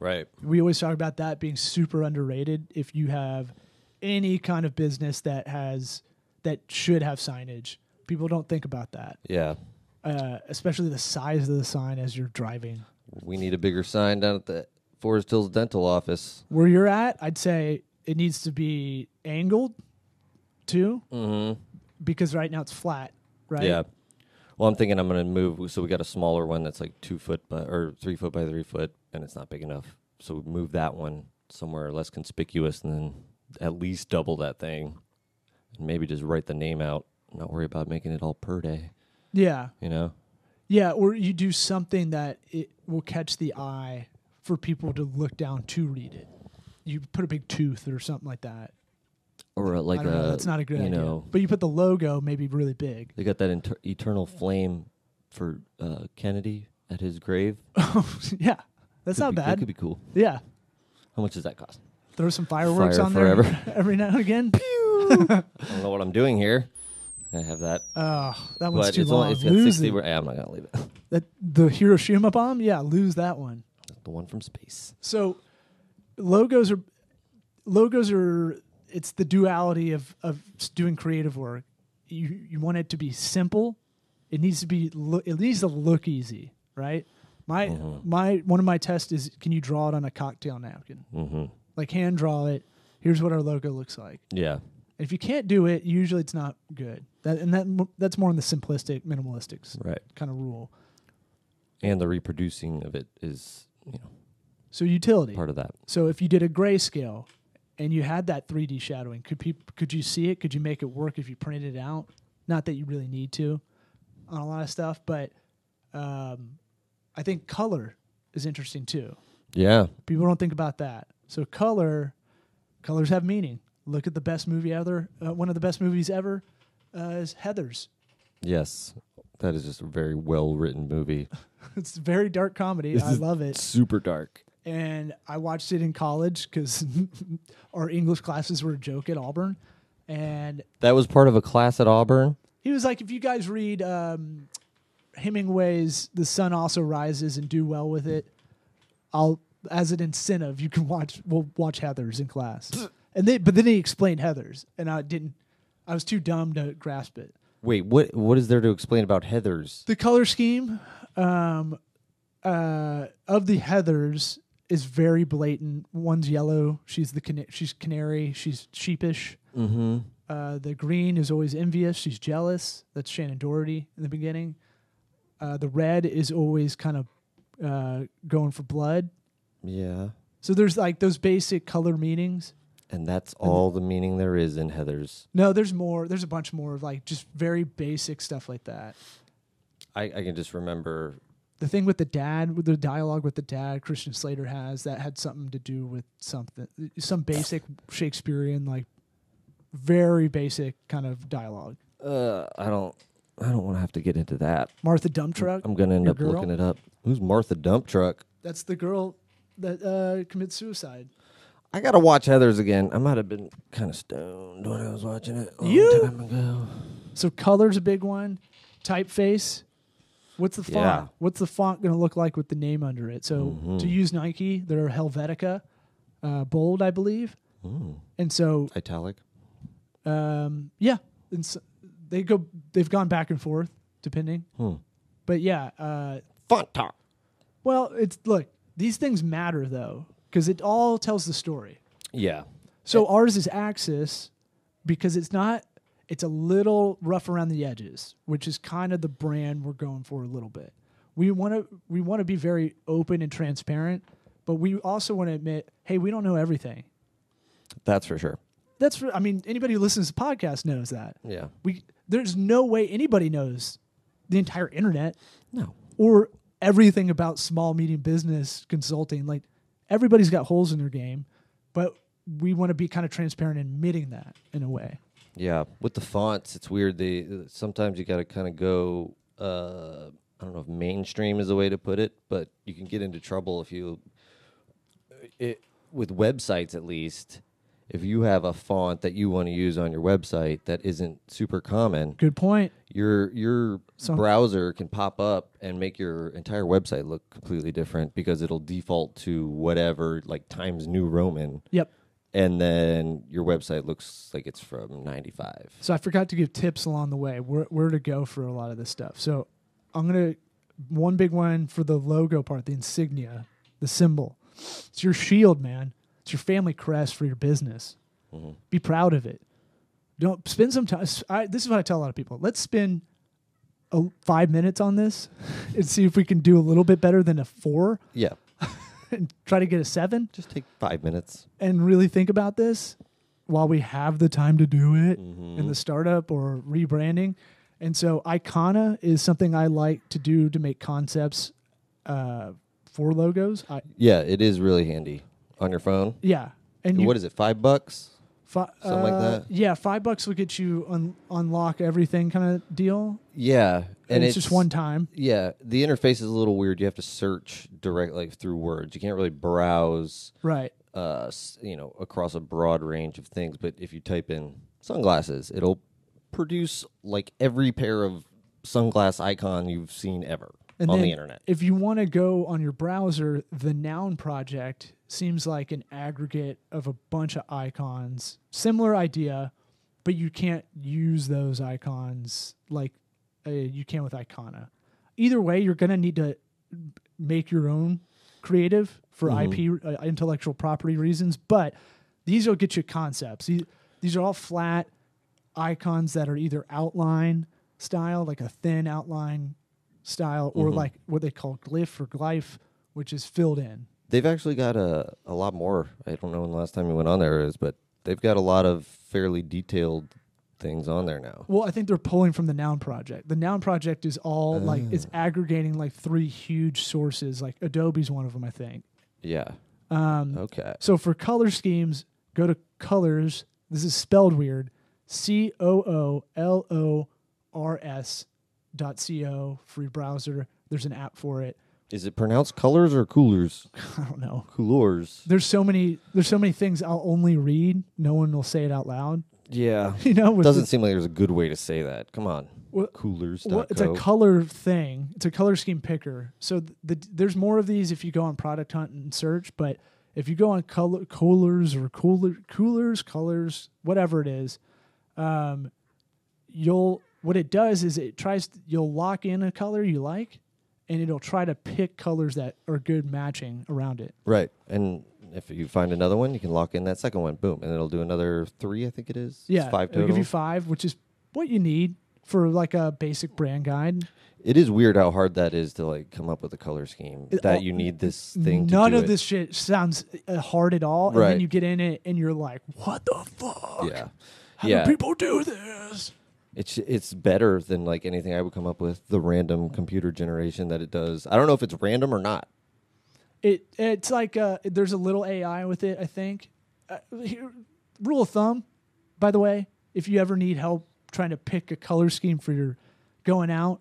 [SPEAKER 3] Right.
[SPEAKER 2] We always talk about that being super underrated. If you have any kind of business that has that should have signage, people don't think about that,
[SPEAKER 3] Yeah.
[SPEAKER 2] uh, especially the size of the sign as you're driving.
[SPEAKER 3] We need a bigger sign down at the Forest Hills Dental Office.
[SPEAKER 2] where you're at, I'd say it needs to be angled too, mm-hmm. because right now it's flat, right?
[SPEAKER 3] Yeah. Well, I'm thinking I'm going to move. So we got a smaller one that's like two foot by, or three foot by three foot, and it's not big enough. So we move that one somewhere less conspicuous, and then at least double that thing, and maybe just write the name out. Not worry about making it all per day.
[SPEAKER 2] yeah,
[SPEAKER 3] You know?
[SPEAKER 2] yeah. Or you do something that it will catch the eye for people to look down to read it. You put a big tooth or something like that.
[SPEAKER 3] Or uh, like
[SPEAKER 2] I don't know.
[SPEAKER 3] a
[SPEAKER 2] That's not a good
[SPEAKER 3] you
[SPEAKER 2] idea.
[SPEAKER 3] know
[SPEAKER 2] But you put the logo maybe really big.
[SPEAKER 3] they got that inter- eternal flame for uh, Kennedy at his grave.
[SPEAKER 2] yeah, that's
[SPEAKER 3] Could
[SPEAKER 2] not
[SPEAKER 3] be- That
[SPEAKER 2] bad.
[SPEAKER 3] could be cool.
[SPEAKER 2] yeah,
[SPEAKER 3] How much does that cost?
[SPEAKER 2] throw some fireworks
[SPEAKER 3] Fire
[SPEAKER 2] on
[SPEAKER 3] forever.
[SPEAKER 2] there every now and again.
[SPEAKER 3] I don't know what I'm doing here. I have that,
[SPEAKER 2] oh, that one's
[SPEAKER 3] but
[SPEAKER 2] too
[SPEAKER 3] it's
[SPEAKER 2] long.
[SPEAKER 3] only it's got
[SPEAKER 2] lose
[SPEAKER 3] sixty.
[SPEAKER 2] it.
[SPEAKER 3] wor- Yeah, I'm not gonna leave it.
[SPEAKER 2] That the Hiroshima bomb, yeah, lose that one.
[SPEAKER 3] The one from space.
[SPEAKER 2] So logos are logos are it's the duality of of doing creative work. You you want it to be simple. It needs to be lo- it needs to look easy, right? My my one of my tests is can you draw it on a cocktail napkin? Mm-hmm. Like hand draw it. Here's what our logo looks like.
[SPEAKER 3] Yeah.
[SPEAKER 2] If you can't do it, usually it's not good. That and that that's more on the simplistic, minimalistic s-
[SPEAKER 3] Right.
[SPEAKER 2] kind of rule.
[SPEAKER 3] And the reproducing of it is, you know,
[SPEAKER 2] So utility.
[SPEAKER 3] part of that.
[SPEAKER 2] So if you did a grayscale and you had that 3D shadowing, could peop- could you see it? Could you make it work if you printed it out? Not that you really need to on a lot of stuff, but um, I think color is interesting too.
[SPEAKER 3] Yeah.
[SPEAKER 2] People don't think about that. So color, colors have meaning. Look at the best movie ever. Uh, one of the best movies ever uh, is Heather's.
[SPEAKER 3] Yes. That is just a very well written movie.
[SPEAKER 2] It's a very dark comedy. I love it.
[SPEAKER 3] Super dark.
[SPEAKER 2] and I watched it in college because our English classes were a joke at Auburn. And
[SPEAKER 3] That was part of a class at Auburn.
[SPEAKER 2] he was like, if you guys read um, Hemingway's The Sun Also Rises and do well with it, I'll, as an incentive, you can watch, we'll watch Heather's in class. and then, but then he explained Heather's, and I didn't, I was too dumb to grasp it.
[SPEAKER 3] Wait, what? What is there to explain about Heather's?
[SPEAKER 2] the color scheme um, uh, of the heathers is very blatant one's yellow she's the cana- she's canary she's sheepish mm-hmm. uh, the green is always envious she's jealous that's shannon doherty in the beginning uh, the red is always kind of uh, going for blood
[SPEAKER 3] Yeah,
[SPEAKER 2] so there's like those basic color meanings
[SPEAKER 3] and that's all the meaning there is in Heather's.
[SPEAKER 2] no there's more there's a bunch more like just very basic stuff like that
[SPEAKER 3] I, I can just remember.
[SPEAKER 2] the thing with the dad with the dialogue with the dad christian slater has that had something to do with something some basic shakespearean like very basic kind of dialogue
[SPEAKER 3] Uh, I don't. I don't want to have to get into that.
[SPEAKER 2] martha dump truck
[SPEAKER 3] I'm gonna end
[SPEAKER 2] your
[SPEAKER 3] up
[SPEAKER 2] girl,
[SPEAKER 3] looking it up. Who's Martha Dump Truck?
[SPEAKER 2] that's the girl that uh commits suicide
[SPEAKER 3] I gotta watch Heather's again. I might have been kind of stoned when I was watching it. a long
[SPEAKER 2] You-
[SPEAKER 3] time ago.
[SPEAKER 2] so color's a big one typeface what's the font
[SPEAKER 3] Yeah. Mm-hmm.
[SPEAKER 2] what's the font going to look like with the name under it so to use nike they're helvetica uh, bold i believe
[SPEAKER 3] Mm.
[SPEAKER 2] and so
[SPEAKER 3] Italic.
[SPEAKER 2] Um, yeah, and s they go. They've gone back and forth depending. But yeah, uh,
[SPEAKER 3] Font top.
[SPEAKER 2] well, it's look. These things matter though, because it all tells the story.
[SPEAKER 3] Yeah.
[SPEAKER 2] So ours is Axis because it's not. It's a little rough around the edges, which is kind of the brand we're going for a little bit. We want to we want to be very open and transparent, but we also want to admit, hey, we don't know everything.
[SPEAKER 3] That's for sure.
[SPEAKER 2] That's for, I mean, anybody who listens to the podcast knows that.
[SPEAKER 3] Yeah.
[SPEAKER 2] We there's no way anybody knows the entire internet
[SPEAKER 3] No.
[SPEAKER 2] or everything about small medium business consulting. Like everybody's got holes in their game, but we want to be kind of transparent in admitting that in a way.
[SPEAKER 3] Yeah, with the fonts, it's weird. They sometimes you got to kind of go. Uh, I don't know if mainstream is the way to put it, but you can get into trouble if you, it, with websites at least, if you have a font that you want to use on your website that isn't super common,
[SPEAKER 2] Good point.
[SPEAKER 3] your your
[SPEAKER 2] So-
[SPEAKER 3] browser can pop up and make your entire website look completely different because it'll default to whatever like Times New Roman.
[SPEAKER 2] Yep.
[SPEAKER 3] And then your website looks like it's from '95.
[SPEAKER 2] So I forgot to give tips along the way where, where to go for a lot of this stuff. So I'm gonna one big one for the logo part, the insignia, the symbol. It's your shield, man. It's your family crest for your business. Be proud of it. Don't spend some time. I, this is what I tell a lot of people. Let's spend a, five minutes on this and see if we can do a little bit better than a four
[SPEAKER 3] Yeah.
[SPEAKER 2] and try to get a seven
[SPEAKER 3] Just take five minutes.
[SPEAKER 2] and really think about this while we have the time to do it
[SPEAKER 3] Mm-hmm.
[SPEAKER 2] in the startup or rebranding. And so Icona is something I like to do to make concepts uh, for logos. I,
[SPEAKER 3] Yeah, it is really handy on your phone.
[SPEAKER 2] yeah. And
[SPEAKER 3] what is it? Five bucks?
[SPEAKER 2] fi-
[SPEAKER 3] something like
[SPEAKER 2] uh,
[SPEAKER 3] that?
[SPEAKER 2] Yeah, five bucks will get you un- unlock everything kind of deal.
[SPEAKER 3] Yeah,
[SPEAKER 2] And, it's, just one time.
[SPEAKER 3] Yeah, the interface is a little weird. You have to search direct like through words. You can't really browse,
[SPEAKER 2] Right.
[SPEAKER 3] uh, s- you know, across a broad range of things. But if you type in sunglasses, it'll produce like every pair of sunglass icon you've seen ever.
[SPEAKER 2] And
[SPEAKER 3] on the
[SPEAKER 2] then
[SPEAKER 3] internet.
[SPEAKER 2] If you want to go on your browser, the Noun Project seems like an aggregate of a bunch of icons, similar idea, but you can't use those icons like uh, you can with Icona. Either way, you're going to need to make your own creative for IP uh, intellectual property reasons, but these will get you concepts. These, these are all flat icons that are either outline style, like a thin outline style, or like what they call glyph or glyph, which is filled in.
[SPEAKER 3] They've actually got a, a lot more. I don't know when the last time you went on there is, but they've got a lot of fairly detailed things on there now.
[SPEAKER 2] Well, I think they're pulling from the Noun Project. The Noun Project is all like it's aggregating like three huge sources. Like Adobe's one of them, I think.
[SPEAKER 3] Yeah. Um, okay.
[SPEAKER 2] So for color schemes, go to colors. This is spelled weird. C O O L O R S dot C O free browser. There's an app for it.
[SPEAKER 3] Is it pronounced colors or coolers?
[SPEAKER 2] I don't know.
[SPEAKER 3] Coolers.
[SPEAKER 2] There's so many there's so many things I'll only read. No one will say it out loud.
[SPEAKER 3] Yeah.
[SPEAKER 2] You know, with
[SPEAKER 3] Doesn't
[SPEAKER 2] the-
[SPEAKER 3] seem like there's a good way to say that. Come on.
[SPEAKER 2] Well,
[SPEAKER 3] coolers.
[SPEAKER 2] well, it's a color thing. It's a color scheme picker. So th- the, there's more of these if you go on Product Hunt and search, but if you go on color coolers or cooler coolers, colors, whatever it is, um, you'll what it does is it tries you'll lock in a color you like and it'll try to pick colors that are good matching around it.
[SPEAKER 3] right. And if you find another one, you can lock in that second one. Boom. And it'll do another three, I think it is. It's
[SPEAKER 2] Yeah.
[SPEAKER 3] Five
[SPEAKER 2] it'll
[SPEAKER 3] total.
[SPEAKER 2] give you five, which is what you need for like a basic brand guide.
[SPEAKER 3] it is weird how hard that is to like come up with a color scheme
[SPEAKER 2] It
[SPEAKER 3] that
[SPEAKER 2] all-
[SPEAKER 3] you need this thing.
[SPEAKER 2] None
[SPEAKER 3] to do
[SPEAKER 2] of
[SPEAKER 3] it.
[SPEAKER 2] this shit sounds uh, hard at all. And
[SPEAKER 3] Right.
[SPEAKER 2] then you get in it and you're like, what the fuck?
[SPEAKER 3] Yeah.
[SPEAKER 2] How
[SPEAKER 3] yeah.
[SPEAKER 2] do people do this?
[SPEAKER 3] It's it's better than like anything I would come up with. The random computer generation that it does. I don't know if it's random or not.
[SPEAKER 2] It it's like uh, there's a little AI with it. I think. Uh, here, rule of thumb, by the way, if you ever need help trying to pick a color scheme for your going out,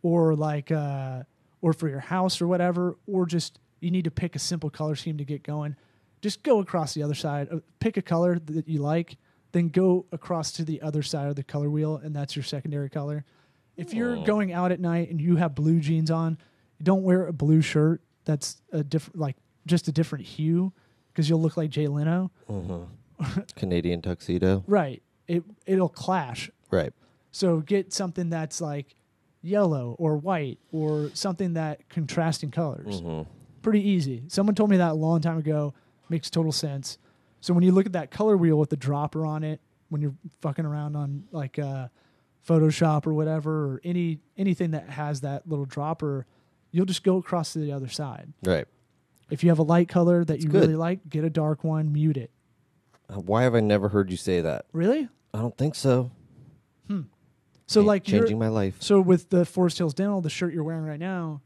[SPEAKER 2] or like uh, or for your house or whatever, or just you need to pick a simple color scheme to get going, just go across the other side. uh, Pick a color that you like, then go across to the other side of the color wheel, and that's your secondary color. If you're going out at night and you have blue jeans on, don't wear a blue shirt. That's a different, like just a different hue, because you'll look like Jay Leno.
[SPEAKER 3] Canadian tuxedo.
[SPEAKER 2] Right. It it'll clash.
[SPEAKER 3] Right.
[SPEAKER 2] So get something that's like yellow or white or something that contrasting colors.
[SPEAKER 3] Mm-hmm.
[SPEAKER 2] Pretty easy. Someone told me that a long time ago. Makes total sense. So when you look at that color wheel with the dropper on it, when you're fucking around on like uh, Photoshop or whatever or any anything that has that little dropper, you'll just go across to the other side.
[SPEAKER 3] Right.
[SPEAKER 2] If you have a light color that you
[SPEAKER 3] good.
[SPEAKER 2] really like, get a dark one, mute it.
[SPEAKER 3] Uh, Why have I never heard you say that?
[SPEAKER 2] Really?
[SPEAKER 3] I don't think so.
[SPEAKER 2] So
[SPEAKER 3] Ain't
[SPEAKER 2] like you're-
[SPEAKER 3] changing my life.
[SPEAKER 2] So with the Forest Hills Dental, the shirt you're wearing right now,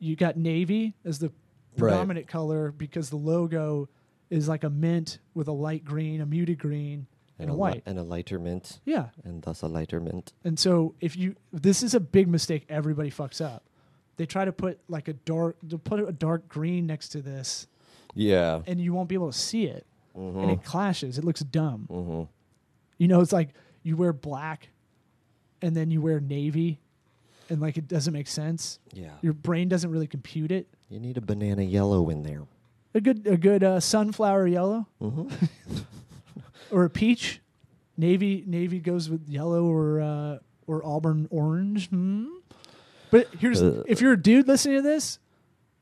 [SPEAKER 2] you got navy as the predominant color because the logo is like a mint with a light green, a muted green, and,
[SPEAKER 3] a li-
[SPEAKER 2] white.
[SPEAKER 3] and a lighter mint.
[SPEAKER 2] yeah.
[SPEAKER 3] And thus a lighter mint.
[SPEAKER 2] And so if you this is a big mistake everybody fucks up. They try to put like a dark to put a dark green next to this
[SPEAKER 3] Yeah.
[SPEAKER 2] and you won't be able to see it.
[SPEAKER 3] Mm-hmm.
[SPEAKER 2] And it clashes. It looks dumb. You know, it's like you wear black and then you wear navy and like it doesn't make sense.
[SPEAKER 3] Yeah.
[SPEAKER 2] Your brain doesn't really compute it.
[SPEAKER 3] You need a banana yellow in there.
[SPEAKER 2] A good a good uh, sunflower yellow or a peach. Navy navy goes with yellow or uh, or auburn orange. Hmm. But here's if you're a dude listening to this,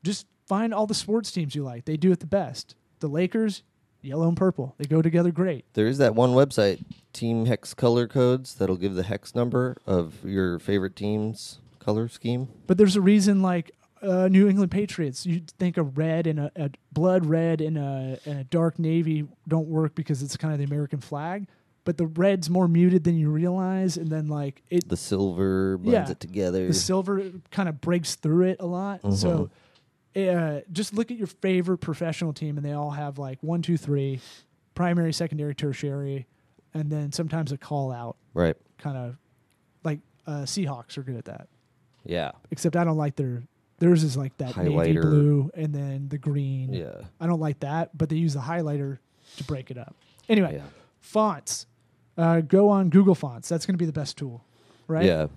[SPEAKER 2] just find all the sports teams you like. They do it the best. The Lakers, yellow and purple. They go together great.
[SPEAKER 3] There is that one website, Team Hex Color Codes, that'll give the hex number of your favorite team's color scheme.
[SPEAKER 2] But there's a reason like uh, New England Patriots. You'd think a red and a, a blood red and a and a dark navy don't work because it's kind of the American flag. But the red's more muted than you realize, and then like it,
[SPEAKER 3] The silver blends
[SPEAKER 2] Yeah.
[SPEAKER 3] it together.
[SPEAKER 2] the silver kind of breaks through it a lot. So. Uh, just look at your favorite professional team, and they all have like one, two, three, primary, secondary, tertiary, and then sometimes a call out
[SPEAKER 3] right.
[SPEAKER 2] kind of like uh, Seahawks are good at that
[SPEAKER 3] Yeah.
[SPEAKER 2] except I don't like their theirs is like that navy
[SPEAKER 3] Highlighter.
[SPEAKER 2] blue and then the green.
[SPEAKER 3] Yeah.
[SPEAKER 2] I don't like that, but they use the highlighter to break it up. Anyway,
[SPEAKER 3] Yeah.
[SPEAKER 2] fonts. Uh, go on Google Fonts. That's going to be the best tool, right?
[SPEAKER 3] Yeah.
[SPEAKER 2] Go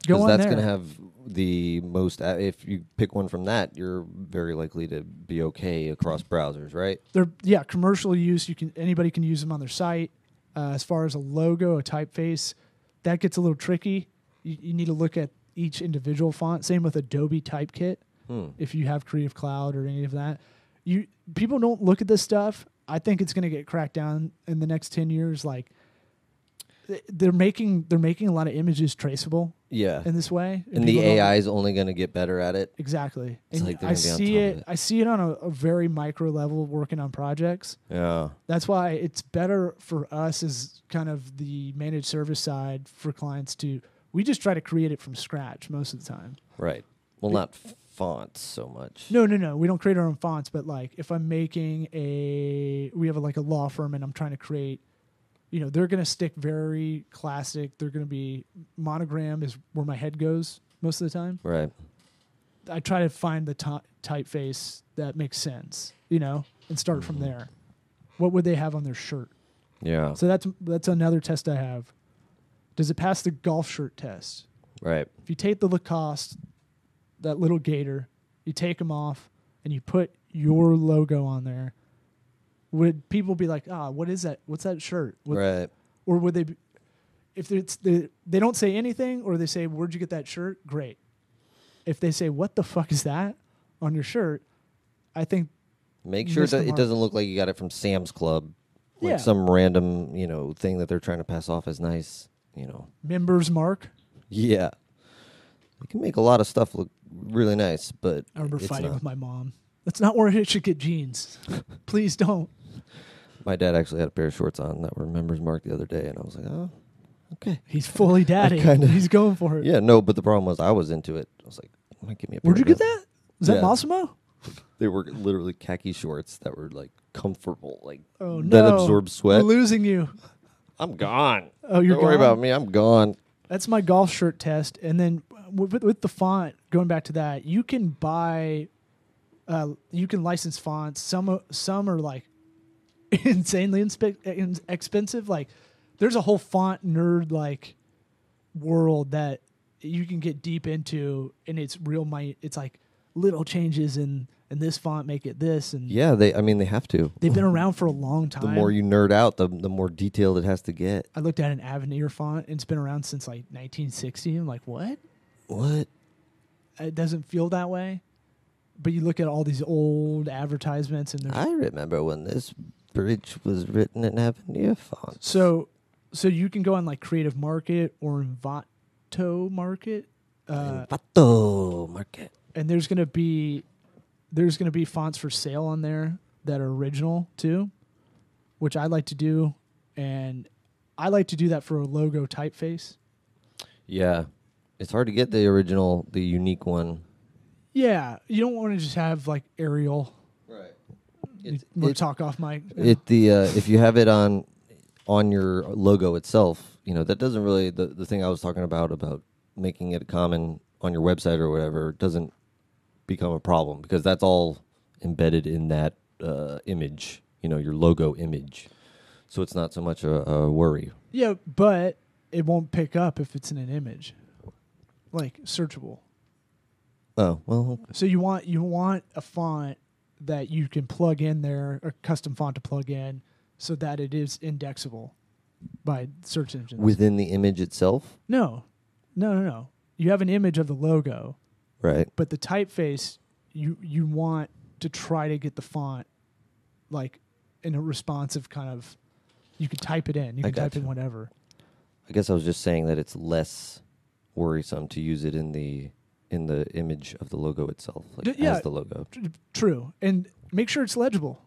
[SPEAKER 3] because
[SPEAKER 2] on
[SPEAKER 3] that's
[SPEAKER 2] there.
[SPEAKER 3] going to have the most. a- If you pick one from that, you're very likely to be okay across browsers, right?
[SPEAKER 2] they're yeah commercial use you can anybody can use them on their site uh, as far as a logo a typeface that gets a little tricky you, you need to look at each individual font same with adobe typekit
[SPEAKER 3] Hmm.
[SPEAKER 2] if you have creative cloud or any of that you people don't look at this stuff i think it's going to get cracked down in the next 10 years like th- they're making they're making a lot of images traceable
[SPEAKER 3] Yeah.
[SPEAKER 2] in this way
[SPEAKER 3] And the
[SPEAKER 2] people don't-
[SPEAKER 3] AI is only going to get better at it.
[SPEAKER 2] exactly
[SPEAKER 3] It's
[SPEAKER 2] And
[SPEAKER 3] like they're
[SPEAKER 2] i
[SPEAKER 3] gonna be on
[SPEAKER 2] see
[SPEAKER 3] top
[SPEAKER 2] it,
[SPEAKER 3] of it.
[SPEAKER 2] i see it on a, a very micro level working on projects
[SPEAKER 3] Yeah.
[SPEAKER 2] that's why it's better for us as kind of the managed service side for clients to we just try to create it from scratch most of the time.
[SPEAKER 3] Right. Well, not f- fonts so much.
[SPEAKER 2] No, no, no. We don't create our own fonts, but like if I'm making a we have a, like a law firm and I'm trying to create you know, they're going to stick very classic. They're going to be monogram is where my head goes most of the time.
[SPEAKER 3] Right.
[SPEAKER 2] I try to find the ty- typeface that makes sense, you know, and start from there. What would they have on their shirt?
[SPEAKER 3] Yeah.
[SPEAKER 2] So that's that's another test I have. Does it pass the golf shirt test?
[SPEAKER 3] right.
[SPEAKER 2] If you take the Lacoste, that little gator, you take them off and you put your logo on there, would people be like, ah, what is that? What's that shirt? What,
[SPEAKER 3] Right.
[SPEAKER 2] Or would they, be, if it's the, they don't say anything or they say, where'd you get that shirt? Great. If they say, what the fuck is that on your shirt? I think
[SPEAKER 3] Make
[SPEAKER 2] You
[SPEAKER 3] sure
[SPEAKER 2] missed the
[SPEAKER 3] that it
[SPEAKER 2] mark.
[SPEAKER 3] doesn't look like you got it from Sam's Club, like
[SPEAKER 2] Yeah.
[SPEAKER 3] some random you know thing that they're trying to pass off as nice. You know.
[SPEAKER 2] members mark.
[SPEAKER 3] Yeah. You can make a lot of stuff look really nice, but
[SPEAKER 2] I remember
[SPEAKER 3] it's
[SPEAKER 2] fighting
[SPEAKER 3] not.
[SPEAKER 2] with my mom. That's not where it should get jeans. Please don't.
[SPEAKER 3] My dad actually had a pair of shorts on that were members mark the other day, and I was like, oh, okay.
[SPEAKER 2] He's fully daddy.
[SPEAKER 3] kinda-
[SPEAKER 2] He's going for it.
[SPEAKER 3] Yeah, no, but the problem was I was into it. I was like, "Oh, give me a pair
[SPEAKER 2] Where'd you get
[SPEAKER 3] of those."
[SPEAKER 2] that? Is that
[SPEAKER 3] Yeah.
[SPEAKER 2] Massimo?
[SPEAKER 3] They were literally khaki shorts that were like comfortable, like
[SPEAKER 2] Oh no.
[SPEAKER 3] that absorb sweat.
[SPEAKER 2] We're losing you.
[SPEAKER 3] I'm gone.
[SPEAKER 2] Oh, you're
[SPEAKER 3] Don't worry
[SPEAKER 2] gone?
[SPEAKER 3] about me. I'm gone.
[SPEAKER 2] That's my golf shirt test. And then with, with- with the font, going back to that, you can buy, uh, you can license fonts. Some are- some are like insanely inspe- in- expensive. Like there's a whole font nerd like world that you can get deep into, and it's real. My it's like little changes in in this font make it this, and
[SPEAKER 3] Yeah, they. I mean, they have to.
[SPEAKER 2] they've been around for a long time.
[SPEAKER 3] The more you nerd out, the the more detailed it has to get.
[SPEAKER 2] I looked at an Avenir font and it's been around since like 1960. I'm like, what?
[SPEAKER 3] What?
[SPEAKER 2] It doesn't feel that way. But you look at all these old advertisements and there's
[SPEAKER 3] I remember when this bridge was written in Avenir font.
[SPEAKER 2] so so you can go on like Creative Market or Envato Market
[SPEAKER 3] Pato market.
[SPEAKER 2] and there's gonna be there's gonna be fonts for sale on there that are original too, which I like to do, and I like to do that for a logo typeface.
[SPEAKER 3] Yeah, it's hard to get the original, the unique one.
[SPEAKER 2] Yeah, you don't want to just have like Arial.
[SPEAKER 3] Right.
[SPEAKER 2] We'll talk off mic.
[SPEAKER 3] It the uh, if you have it on on your logo itself, you know that doesn't really the the thing I was talking about about making it common on your website or whatever doesn't become a problem because that's all embedded in that uh, image, you know, your logo image. So it's not so much a, a worry.
[SPEAKER 2] Yeah, but it won't pick up if it's in an image, like searchable.
[SPEAKER 3] Oh well,
[SPEAKER 2] So you want you want a font that you can plug in there, a custom font to plug in, so that it is indexable by search engines.
[SPEAKER 3] within the image itself,
[SPEAKER 2] no, no, no, no. You have an image of the logo,
[SPEAKER 3] right?
[SPEAKER 2] but the typeface you you want to try to get the font like in a responsive kind of. You can type it in. You
[SPEAKER 3] I
[SPEAKER 2] can type
[SPEAKER 3] gotcha.
[SPEAKER 2] in whatever.
[SPEAKER 3] I guess I was just saying that it's less worrisome to use it in the in the image of the logo itself, like
[SPEAKER 2] D- yeah.
[SPEAKER 3] as the logo.
[SPEAKER 2] Tr- True, and make sure it's legible.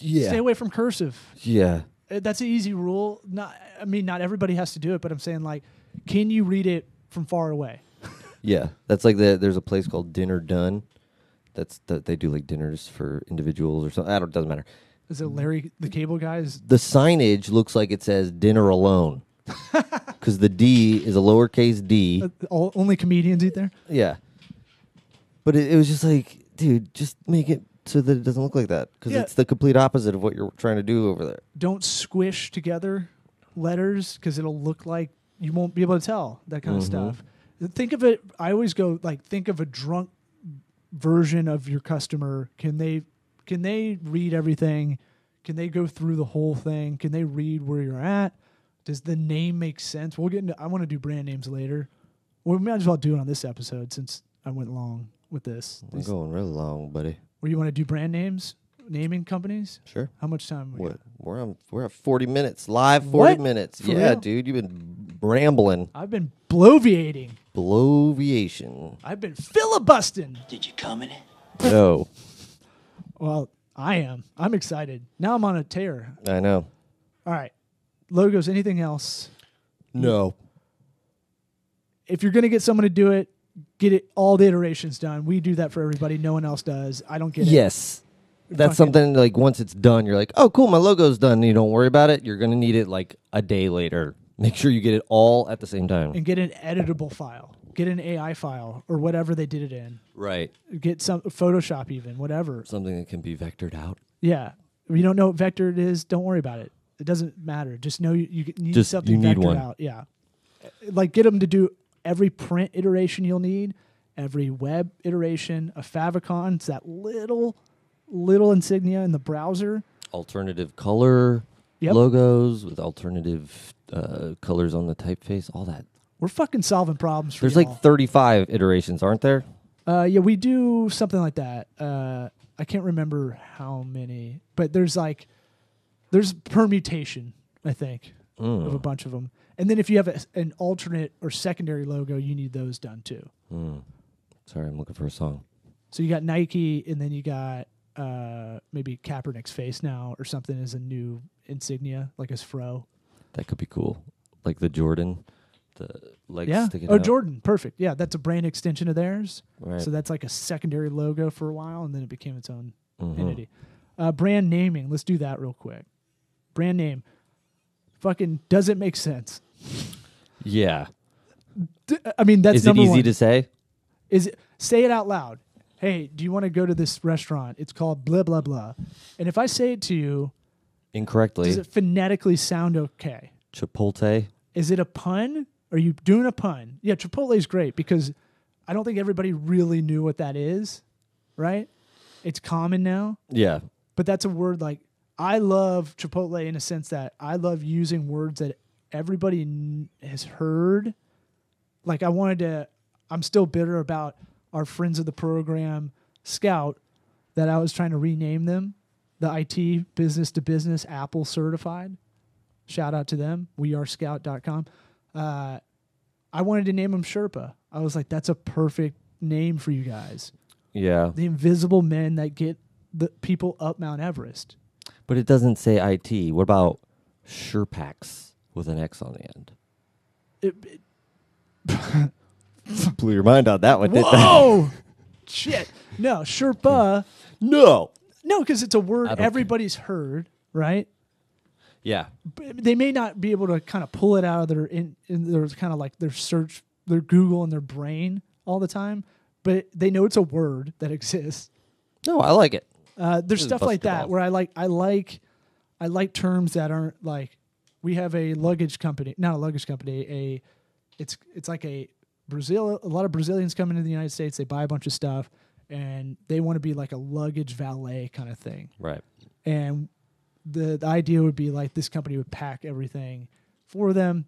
[SPEAKER 3] Yeah.
[SPEAKER 2] Stay away from cursive.
[SPEAKER 3] Yeah.
[SPEAKER 2] Uh, That's an easy rule. Not, I mean, not everybody has to do it, but I'm saying like, can you read it from far away?
[SPEAKER 3] Yeah. That's like the there's a place called Dinner Done. That's that they do like dinners for individuals or something. I don't doesn't matter.
[SPEAKER 2] Is it Larry the Cable Guy? Is
[SPEAKER 3] The signage looks like it says dinner alone. Cuz the D is a lowercase d.
[SPEAKER 2] uh, all, only comedians eat there?
[SPEAKER 3] yeah. But it, it was just like, dude, just make it so that it doesn't look like that cuz
[SPEAKER 2] Yeah.
[SPEAKER 3] it's the complete opposite of what you're trying to do over there.
[SPEAKER 2] Don't squish together letters because it'll look like you won't be able to tell that kind of stuff. Think of it. I always go like think of a drunk version of your customer. Can they can they read everything? Can they go through the whole thing? Can they read where you're at? Does the name make sense? We'll get into. I want to do brand names later. We might as well do it on this episode since I went long with this.
[SPEAKER 3] I'm going real long, buddy.
[SPEAKER 2] Where you want to do brand names, naming companies?
[SPEAKER 3] Sure.
[SPEAKER 2] How much time? We
[SPEAKER 3] What?
[SPEAKER 2] got?
[SPEAKER 3] We're on. We're at 40 minutes live. 40
[SPEAKER 2] What?
[SPEAKER 3] minutes.
[SPEAKER 2] For
[SPEAKER 3] yeah,
[SPEAKER 2] real?
[SPEAKER 3] dude, you've been rambling.
[SPEAKER 2] I've been bloviating.
[SPEAKER 3] Bloviation.
[SPEAKER 2] I've been filibusting.
[SPEAKER 4] Did you come in it?
[SPEAKER 3] no,
[SPEAKER 2] Well, I am. I'm excited. Now I'm on a tear.
[SPEAKER 3] I know.
[SPEAKER 2] All right. Logos, anything else?
[SPEAKER 3] No.
[SPEAKER 2] If you're going to get someone to do it, get it all the iterations done. We do that for everybody. No one else does. I don't get it.
[SPEAKER 3] Yes. That's
[SPEAKER 2] Fucking-
[SPEAKER 3] something like once it's done, you're like, oh, cool, my logo's done. And you don't worry about it. You're gonna need it like a day later. Make sure you get it all at the same time.
[SPEAKER 2] And get an editable file. Get an AI file or whatever they did it in.
[SPEAKER 3] Right.
[SPEAKER 2] Get some Photoshop even, whatever.
[SPEAKER 3] Something that can be vectored out.
[SPEAKER 2] Yeah. If you don't know what vector it is, don't worry about it. It doesn't matter. Just know you, you need
[SPEAKER 3] Just-
[SPEAKER 2] something
[SPEAKER 3] you need
[SPEAKER 2] vectored
[SPEAKER 3] one.
[SPEAKER 2] out. Yeah. Like get them to do every print iteration you'll need, every web iteration, a favicon, it's that little little insignia in the browser.
[SPEAKER 3] Alternative color
[SPEAKER 2] Yep.
[SPEAKER 3] logos with alternative uh, colors on the typeface. All that.
[SPEAKER 2] We're fucking solving problems for
[SPEAKER 3] There's
[SPEAKER 2] y'all.
[SPEAKER 3] like 35 iterations, aren't there?
[SPEAKER 2] Uh, yeah, we do something like that. Uh, I can't remember how many, but there's like there's permutation, I think, of a bunch of them. And then if you have a, an alternate or secondary logo, you need those done too.
[SPEAKER 3] Sorry, I'm looking for a song.
[SPEAKER 2] So you got Nike, and then you got uh, maybe Kaepernick's face now or something as a new insignia, like his fro.
[SPEAKER 3] That could be cool. Like the Jordan, the legs
[SPEAKER 2] Yeah.
[SPEAKER 3] sticking
[SPEAKER 2] Oh,
[SPEAKER 3] out.
[SPEAKER 2] Jordan, perfect. Yeah, that's a brand extension of theirs.
[SPEAKER 3] Right.
[SPEAKER 2] So that's like a secondary logo for a while, and then it became its own
[SPEAKER 3] Mm-hmm.
[SPEAKER 2] entity. Uh, brand naming. Let's do that real quick. Brand name. Fucking does it make sense?
[SPEAKER 3] Yeah.
[SPEAKER 2] D- uh, I mean, that's
[SPEAKER 3] Is it
[SPEAKER 2] number
[SPEAKER 3] easy
[SPEAKER 2] one.
[SPEAKER 3] to say?
[SPEAKER 2] Is it, say it out loud. Hey, do you want to go to this restaurant? It's called blah blah blah. And if I say it to you,
[SPEAKER 3] Incorrectly.
[SPEAKER 2] does it phonetically sound okay?
[SPEAKER 3] Chipotle.
[SPEAKER 2] Is it a pun? Are you doing a pun? Yeah, Chipotle is great because I don't think everybody really knew what that is, right? It's common now,
[SPEAKER 3] Yeah.
[SPEAKER 2] but that's a word like I love Chipotle in a sense that I love using words that everybody n- has heard. Like I wanted to, I'm still bitter about our friends of the program Scout that I was trying to rename them, the IT business to business Apple certified. Shout out to them. We are scout.com. Uh, I wanted to name them Sherpa. I was like, that's a perfect name for you guys.
[SPEAKER 3] Yeah.
[SPEAKER 2] The invisible men that get the people up Mount Everest.
[SPEAKER 3] But it doesn't say IT. What about Sherpax with an X on the end?
[SPEAKER 2] It, it-
[SPEAKER 3] Blew your mind on that one, didn't Oh!
[SPEAKER 2] whoa! Shit. No, Sherpa.
[SPEAKER 3] No.
[SPEAKER 2] No, because it's a word
[SPEAKER 3] I don't-
[SPEAKER 2] everybody's heard, right?
[SPEAKER 3] Yeah.
[SPEAKER 2] But they may not be able to kind of pull it out of their in, in their kind of like their search, their Google and their brain all the time, but they know it's a word that exists.
[SPEAKER 3] No, I like it.
[SPEAKER 2] Uh, there's
[SPEAKER 3] Just
[SPEAKER 2] stuff
[SPEAKER 3] bust
[SPEAKER 2] like
[SPEAKER 3] it
[SPEAKER 2] that
[SPEAKER 3] off.
[SPEAKER 2] where I like I like I like terms that aren't like we have a luggage company, not a luggage company, a it's it's like a Brazil a lot of Brazilians come into the United States, they buy a bunch of stuff and they want to be like a luggage valet kind of thing.
[SPEAKER 3] Right.
[SPEAKER 2] And the, the idea would be like this company would pack everything for them.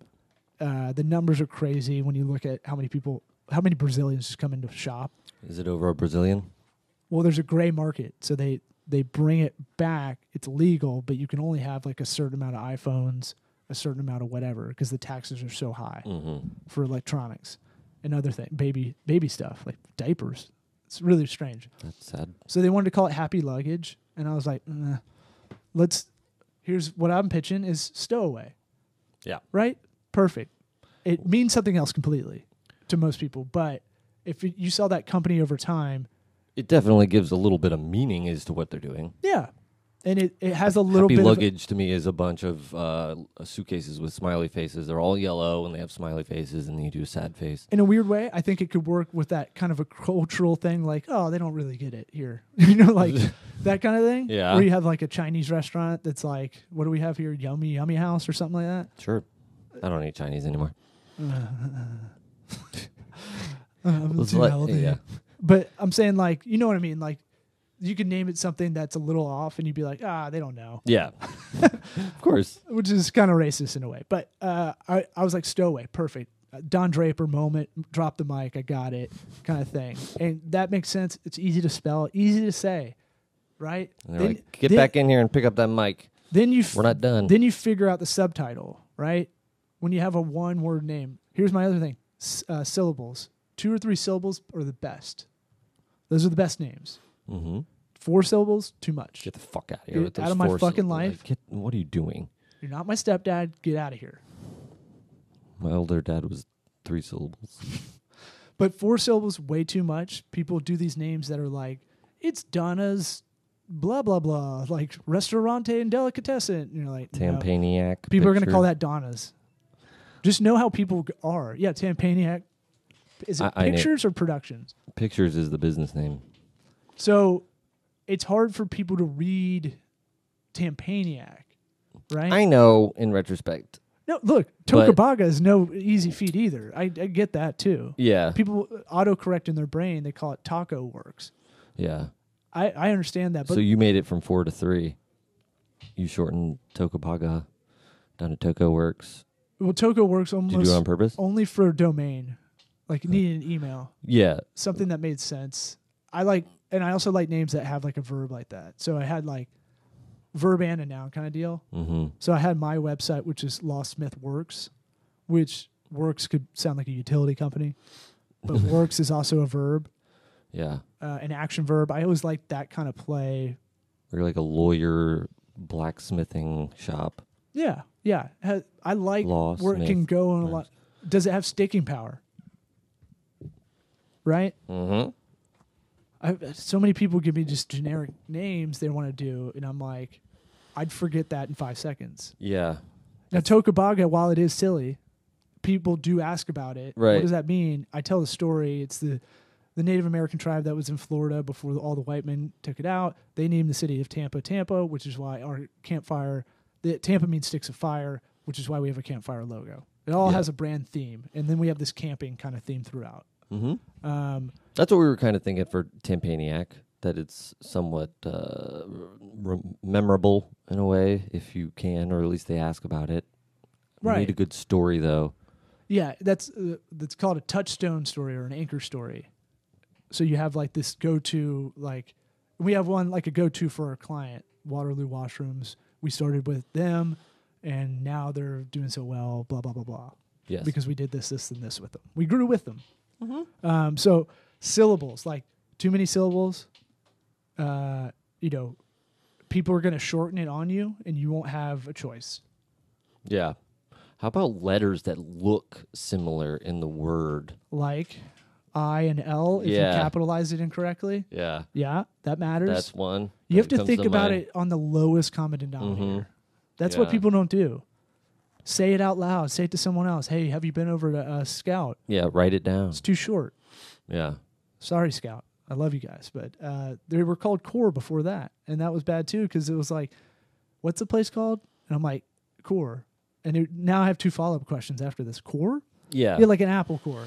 [SPEAKER 2] Uh, the numbers are crazy when you look at how many people how many Brazilians just come into shop
[SPEAKER 3] Is it over a Brazilian?
[SPEAKER 2] well there's a gray market so they they bring it back it's legal but you can only have like a certain amount of iphones a certain amount of whatever because the taxes are so high for electronics and other things baby baby stuff like diapers it's really strange
[SPEAKER 3] That's sad.
[SPEAKER 2] so they wanted to call it happy luggage and i was like nah, let's here's what i'm pitching is stowaway
[SPEAKER 3] Yeah.
[SPEAKER 2] right? Perfect. It means something else completely to most people, but if it- you saw that company over time,
[SPEAKER 3] It definitely gives a little bit of meaning as to what they're doing.
[SPEAKER 2] yeah, and it, it has a little
[SPEAKER 3] Happy
[SPEAKER 2] bit of,
[SPEAKER 3] luggage to me is a bunch of uh, suitcases with smiley faces. They're all yellow and they have smiley faces, and then you do a sad face.
[SPEAKER 2] in a weird way, I think it could work with that kind of a cultural thing, like oh, they don't really get it here, you know, like that kind of thing.
[SPEAKER 3] Yeah.
[SPEAKER 2] Where you have like a Chinese restaurant that's like, what do we have here? Yummy Yummy House or something like that.
[SPEAKER 3] Sure. I don't eat Chinese anymore.
[SPEAKER 2] I'm
[SPEAKER 3] Let's
[SPEAKER 2] Um, too
[SPEAKER 3] let-
[SPEAKER 2] healthy.
[SPEAKER 3] yeah.
[SPEAKER 2] But I'm saying like, you know what I mean? Like you could name it something that's a little off and you'd be like, ah, they don't know.
[SPEAKER 3] Yeah. of course.
[SPEAKER 2] Which is kind of racist in a way. But uh, I, I was like, stowaway, perfect. Uh, Don Draper moment, drop the mic, I got it, kind of thing. And that makes sense. It's easy to spell, easy to say, right?
[SPEAKER 3] And they're like, get back in here and pick up that mic.
[SPEAKER 2] Then you f-
[SPEAKER 3] We're not done.
[SPEAKER 2] Then you figure out the subtitle, right? When you have a one word name. Here's my other thing S- uh, syllables. Two or three syllables are the best. Those are the best names.
[SPEAKER 3] Mm-hmm.
[SPEAKER 2] Four syllables, too much.
[SPEAKER 3] Get the fuck out of here
[SPEAKER 2] Get
[SPEAKER 3] with those
[SPEAKER 2] out of my
[SPEAKER 3] four
[SPEAKER 2] fucking
[SPEAKER 3] syllables.
[SPEAKER 2] life.
[SPEAKER 3] Like, get, what are you doing?
[SPEAKER 2] You're not my stepdad. Get out of here.
[SPEAKER 3] My older dad was three syllables.
[SPEAKER 2] But four syllables, way too much. People do these names that are like, it's Donna's blah, blah, blah, like restaurante and delicatessen. And you're like, no.
[SPEAKER 3] Tampaniac.
[SPEAKER 2] People are going to
[SPEAKER 3] picture.
[SPEAKER 2] call that Donna's. Just know how people g- are. Yeah, Tampaniac. Is it
[SPEAKER 3] I- I knew-
[SPEAKER 2] pictures or productions?
[SPEAKER 3] Pictures is the business name.
[SPEAKER 2] So it's hard for people to read Tampaniac, right?
[SPEAKER 3] I know in retrospect.
[SPEAKER 2] no, look,
[SPEAKER 3] But-
[SPEAKER 2] Tokabaga is no easy feat either. I, I get that too.
[SPEAKER 3] Yeah.
[SPEAKER 2] People autocorrect in their brain, they call it Taco Works.
[SPEAKER 3] yeah.
[SPEAKER 2] I, I understand that, but
[SPEAKER 3] so you made it from four to three. You shortened Tokopaga down to Toko Works.
[SPEAKER 2] well, Toco Works
[SPEAKER 3] Did you
[SPEAKER 2] almost
[SPEAKER 3] do it on purpose?
[SPEAKER 2] only for domain. Like you needed an email,
[SPEAKER 3] Yeah.
[SPEAKER 2] something that made sense. I like, and I also like names that have like a verb like that. So I had like verb and a noun kind of deal.
[SPEAKER 3] Mm-hmm.
[SPEAKER 2] So I had my website, which is Law Smith Works, which works could sound like a utility company, but works is also a verb,
[SPEAKER 3] Yeah.
[SPEAKER 2] uh, an action verb. I always liked that kind of play.
[SPEAKER 3] Or like a lawyer blacksmithing shop.
[SPEAKER 2] Yeah, yeah. Ha- I like
[SPEAKER 3] Law
[SPEAKER 2] where it can
[SPEAKER 3] Smith
[SPEAKER 2] go on a lot. Does it have sticking power? Right.
[SPEAKER 3] Mm-hmm.
[SPEAKER 2] I, so many people give me just generic names they want to do, and I'm like, I'd forget that in five seconds.
[SPEAKER 3] Yeah.
[SPEAKER 2] Now, Tokubaga, while it is silly, people do ask about it. What
[SPEAKER 3] Right.
[SPEAKER 2] does that mean? I tell the story. It's the the Native American tribe that was in Florida before all the white men took it out. They named the city of Tampa Tampa, which is why our campfire, the Tampa means sticks of fire, which is why we have a campfire logo. It all
[SPEAKER 3] Yeah.
[SPEAKER 2] has a brand theme, and then we have this camping kind of theme throughout.
[SPEAKER 3] That's what we were kind of thinking for Tampaniac, that it's somewhat uh, rem- memorable in a way, if you can, or at least they ask about it. We
[SPEAKER 2] Right.
[SPEAKER 3] need a good story, though.
[SPEAKER 2] Yeah, that's uh, that's called a touchstone story or an anchor story. So you have like this go-to like we have one like a go-to for our client, Waterloo Washrooms. We started with them and now they're doing so well, blah blah blah blah.
[SPEAKER 3] Yes.
[SPEAKER 2] Because we did this this and this with them. We grew with them. Um, so syllables, like too many syllables, uh, you know, people are going to shorten it on you and you won't have a choice.
[SPEAKER 3] Yeah. How about letters that look similar in the word?
[SPEAKER 2] like I and L if
[SPEAKER 3] Yeah.
[SPEAKER 2] you capitalize it incorrectly.
[SPEAKER 3] Yeah.
[SPEAKER 2] Yeah, that matters.
[SPEAKER 3] That's one.
[SPEAKER 2] you have
[SPEAKER 3] that
[SPEAKER 2] to
[SPEAKER 3] comes
[SPEAKER 2] think about
[SPEAKER 3] mind.
[SPEAKER 2] it on the lowest common denominator. That's what
[SPEAKER 3] Yeah.
[SPEAKER 2] people don't do. Say it out loud. Say it to someone else. Hey, have you been over to uh, Scout?
[SPEAKER 3] Yeah, write it down.
[SPEAKER 2] It's too short.
[SPEAKER 3] Yeah.
[SPEAKER 2] Sorry, Scout. I love you guys, but uh, they were called Core before that, and that was bad too because it was like, "What's the place called?" And I'm like, "Core." And it, now I have two follow up questions after this. Core?
[SPEAKER 3] Yeah.
[SPEAKER 2] Yeah, like an Apple Core.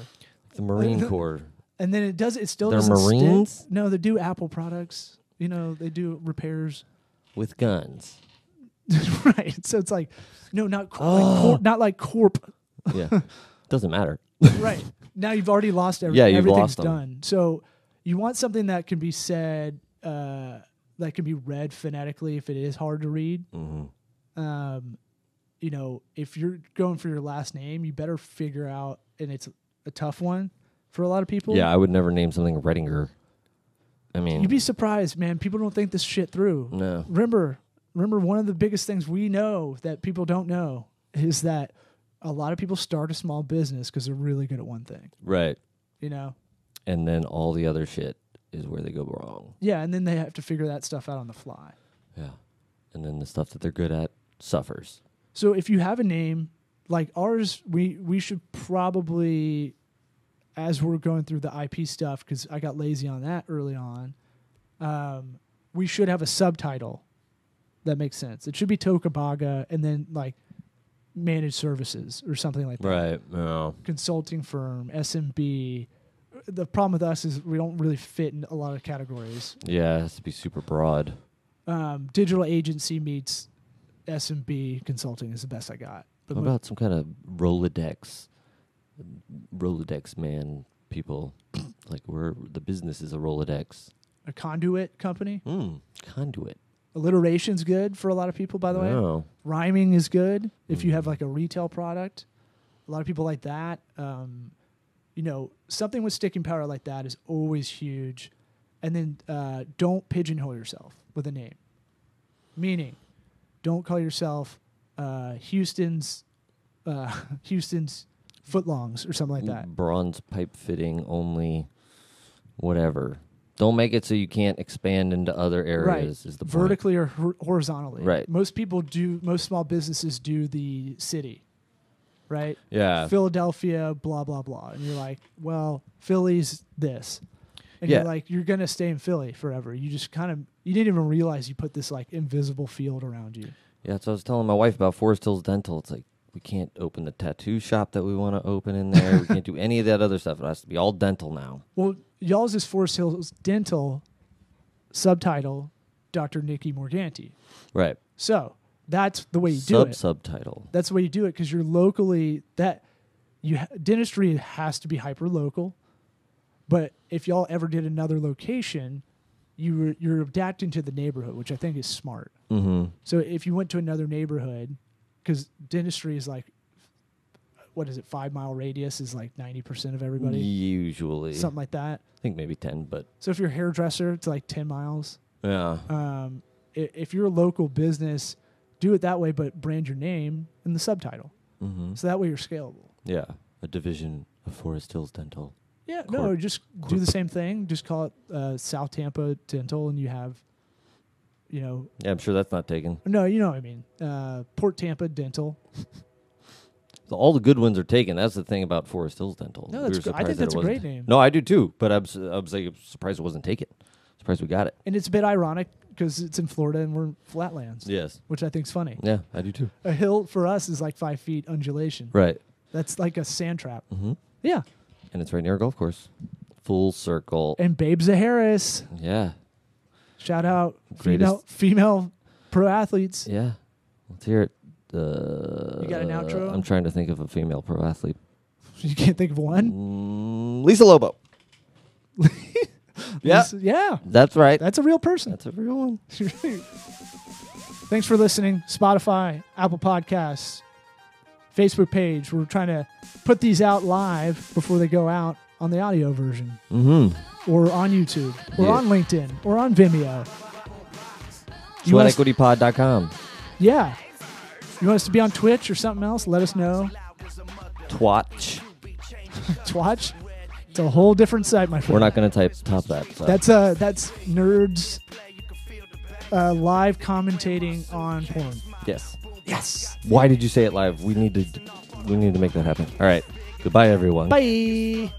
[SPEAKER 3] the Marine Corps.
[SPEAKER 2] and then it does it still
[SPEAKER 3] They're
[SPEAKER 2] doesn't stick.
[SPEAKER 3] Marines?
[SPEAKER 2] No, they do Apple products. You know, they do repairs.
[SPEAKER 3] with guns.
[SPEAKER 2] right. So it's like, no, not cor-
[SPEAKER 3] Oh.
[SPEAKER 2] like corp, not like corp.
[SPEAKER 3] Yeah, doesn't matter.
[SPEAKER 2] right. Now you've already lost everything.
[SPEAKER 3] Yeah, you've
[SPEAKER 2] Everything's
[SPEAKER 3] lost 'em.
[SPEAKER 2] done. So you want something that can be said, uh, that can be read phonetically if it is hard to read.
[SPEAKER 3] Mm-hmm.
[SPEAKER 2] Um, you know, if you're going for your last name, you better figure out, and it's a tough one for a lot of people.
[SPEAKER 3] Yeah, I would never name something Redinger. I mean,
[SPEAKER 2] You'd be surprised, man. People don't think this shit through.
[SPEAKER 3] No.
[SPEAKER 2] Remember, remember one of the biggest things we know that people don't know is that a lot of people start a small business because they're really good at one thing.
[SPEAKER 3] right.
[SPEAKER 2] You know?
[SPEAKER 3] And then all the other shit is where they go wrong.
[SPEAKER 2] Yeah, and then they have to figure that stuff out on the fly.
[SPEAKER 3] Yeah, and then the stuff that they're good at suffers.
[SPEAKER 2] So if you have a name like ours, we we should probably, as we're going through the IP stuff, because I got lazy on that early on. Um, we should have a subtitle that makes sense. It should be Tokabaga and then like managed services or something like that.
[SPEAKER 3] Right. No.
[SPEAKER 2] Consulting firm, SMB, the problem with us is we don't really fit in a lot of categories.
[SPEAKER 3] Yeah, it has to be super broad.
[SPEAKER 2] Um, digital agency meets SMB consulting is the best I got. But
[SPEAKER 3] What
[SPEAKER 2] mo-
[SPEAKER 3] about some kind of Rolodex? Rolodex man people. like we're the business is a Rolodex.
[SPEAKER 2] a conduit company.
[SPEAKER 3] Mm. Conduit.
[SPEAKER 2] Alliteration's good for a lot of people, by the way.
[SPEAKER 3] Oh.
[SPEAKER 2] Rhyming is good if you have
[SPEAKER 3] Mm-hmm.
[SPEAKER 2] like a retail product. A lot of people like that. Um, you know, something with sticking power like that is always huge. And then uh, don't pigeonhole yourself with a name. Meaning, don't call yourself uh, Houston's uh, Houston's footlongs or something like that.
[SPEAKER 3] Bronze pipe fitting only whatever. Don't make it so you can't expand into other areas is the point.
[SPEAKER 2] vertically or hor- horizontally.
[SPEAKER 3] Right.
[SPEAKER 2] Most people do. Most small businesses do the city, right?
[SPEAKER 3] Yeah.
[SPEAKER 2] Philadelphia, blah blah blah, and you're like, well, Philly's this, and
[SPEAKER 3] Yeah.
[SPEAKER 2] you're like, you're gonna stay in Philly forever. You just kind of you didn't even realize you put this like invisible field around you.
[SPEAKER 3] Yeah, so I was telling my wife about Forest Hills Dental. It's like we can't open the tattoo shop that we want to open in there. we can't do any of that other stuff. It has to be all dental now.
[SPEAKER 2] Well, y'all's is Forest Hills Dental, subtitle, Dr. Nikki Morganti.
[SPEAKER 3] Right.
[SPEAKER 2] So that's the way you do
[SPEAKER 3] Sub
[SPEAKER 2] it.
[SPEAKER 3] subtitle.
[SPEAKER 2] that's the way you do it because you're locally that you ha- dentistry has to be hyper local but if y'all ever did another location you were, you're adapting to the neighborhood which i think is smart
[SPEAKER 3] Mm-hmm.
[SPEAKER 2] so if you went to another neighborhood because dentistry is like what is it five mile radius is like 90% of everybody
[SPEAKER 3] Usually,
[SPEAKER 2] something like that
[SPEAKER 3] I think maybe ten, but
[SPEAKER 2] so if you're a hairdresser it's like 10 miles
[SPEAKER 3] yeah,
[SPEAKER 2] um, i- if you're a local business do it that way but brand your name in the subtitle
[SPEAKER 3] mm-hmm.
[SPEAKER 2] so that way you're scalable
[SPEAKER 3] yeah, a division of Forest Hills Dental.
[SPEAKER 2] Yeah, no,
[SPEAKER 3] Corp-
[SPEAKER 2] just do the same thing. Just call it uh, South Tampa Dental, and you have, you know,
[SPEAKER 3] Yeah, I'm sure that's not taken.
[SPEAKER 2] no, you know what I mean. Uh, Port Tampa Dental.
[SPEAKER 3] So all the good ones are taken. That's the thing about Forest Hills Dental.
[SPEAKER 2] No, that's
[SPEAKER 3] were
[SPEAKER 2] good. I think
[SPEAKER 3] surprised that
[SPEAKER 2] that's
[SPEAKER 3] it
[SPEAKER 2] a great
[SPEAKER 3] wasn't-
[SPEAKER 2] name.
[SPEAKER 3] No, I do too. But I'm, su- I'm saying surprised it wasn't taken. Surprised we got it.
[SPEAKER 2] And it's a bit ironic because it's in Florida and we're flatlands,
[SPEAKER 3] Yes.
[SPEAKER 2] which I think's funny.
[SPEAKER 3] Yeah, I do too.
[SPEAKER 2] A hill for us is like five feet undulation.
[SPEAKER 3] Right.
[SPEAKER 2] That's like a sand trap.
[SPEAKER 3] Mhm.
[SPEAKER 2] Yeah.
[SPEAKER 3] And it's right near a golf course. Full circle.
[SPEAKER 2] And Babes of Harris,
[SPEAKER 3] Yeah.
[SPEAKER 2] shout out female,
[SPEAKER 3] Greatest.
[SPEAKER 2] female pro athletes.
[SPEAKER 3] Yeah. Let's hear it. Uh,
[SPEAKER 2] You got an outro?
[SPEAKER 3] I'm trying to think of a female pro athlete.
[SPEAKER 2] You can't think of one.
[SPEAKER 3] Mm, Lisa Lobo. yeah.
[SPEAKER 2] This- yeah.
[SPEAKER 3] That's right.
[SPEAKER 2] That's a real person.
[SPEAKER 3] That's a real one.
[SPEAKER 2] Thanks for listening. Spotify, Apple Podcasts, Facebook page. We're trying to put these out live before they go out on the audio version
[SPEAKER 3] Mm-hmm.
[SPEAKER 2] or on YouTube or
[SPEAKER 3] Yeah.
[SPEAKER 2] on LinkedIn or on Vimeo. You want us-
[SPEAKER 3] SweatEquityPod.com.
[SPEAKER 2] yeah. You want us to be on Twitch or something else? Let us know.
[SPEAKER 3] Twatch.
[SPEAKER 2] Twatch. It's a whole different site, my friend.
[SPEAKER 3] We're not going to type top that. So.
[SPEAKER 2] That's uh that's nerds uh, live commentating on porn.
[SPEAKER 3] yes.
[SPEAKER 2] Yes.
[SPEAKER 3] Why did you say it live? We need to. We need to make that happen. All right. Goodbye, everyone.
[SPEAKER 2] Bye.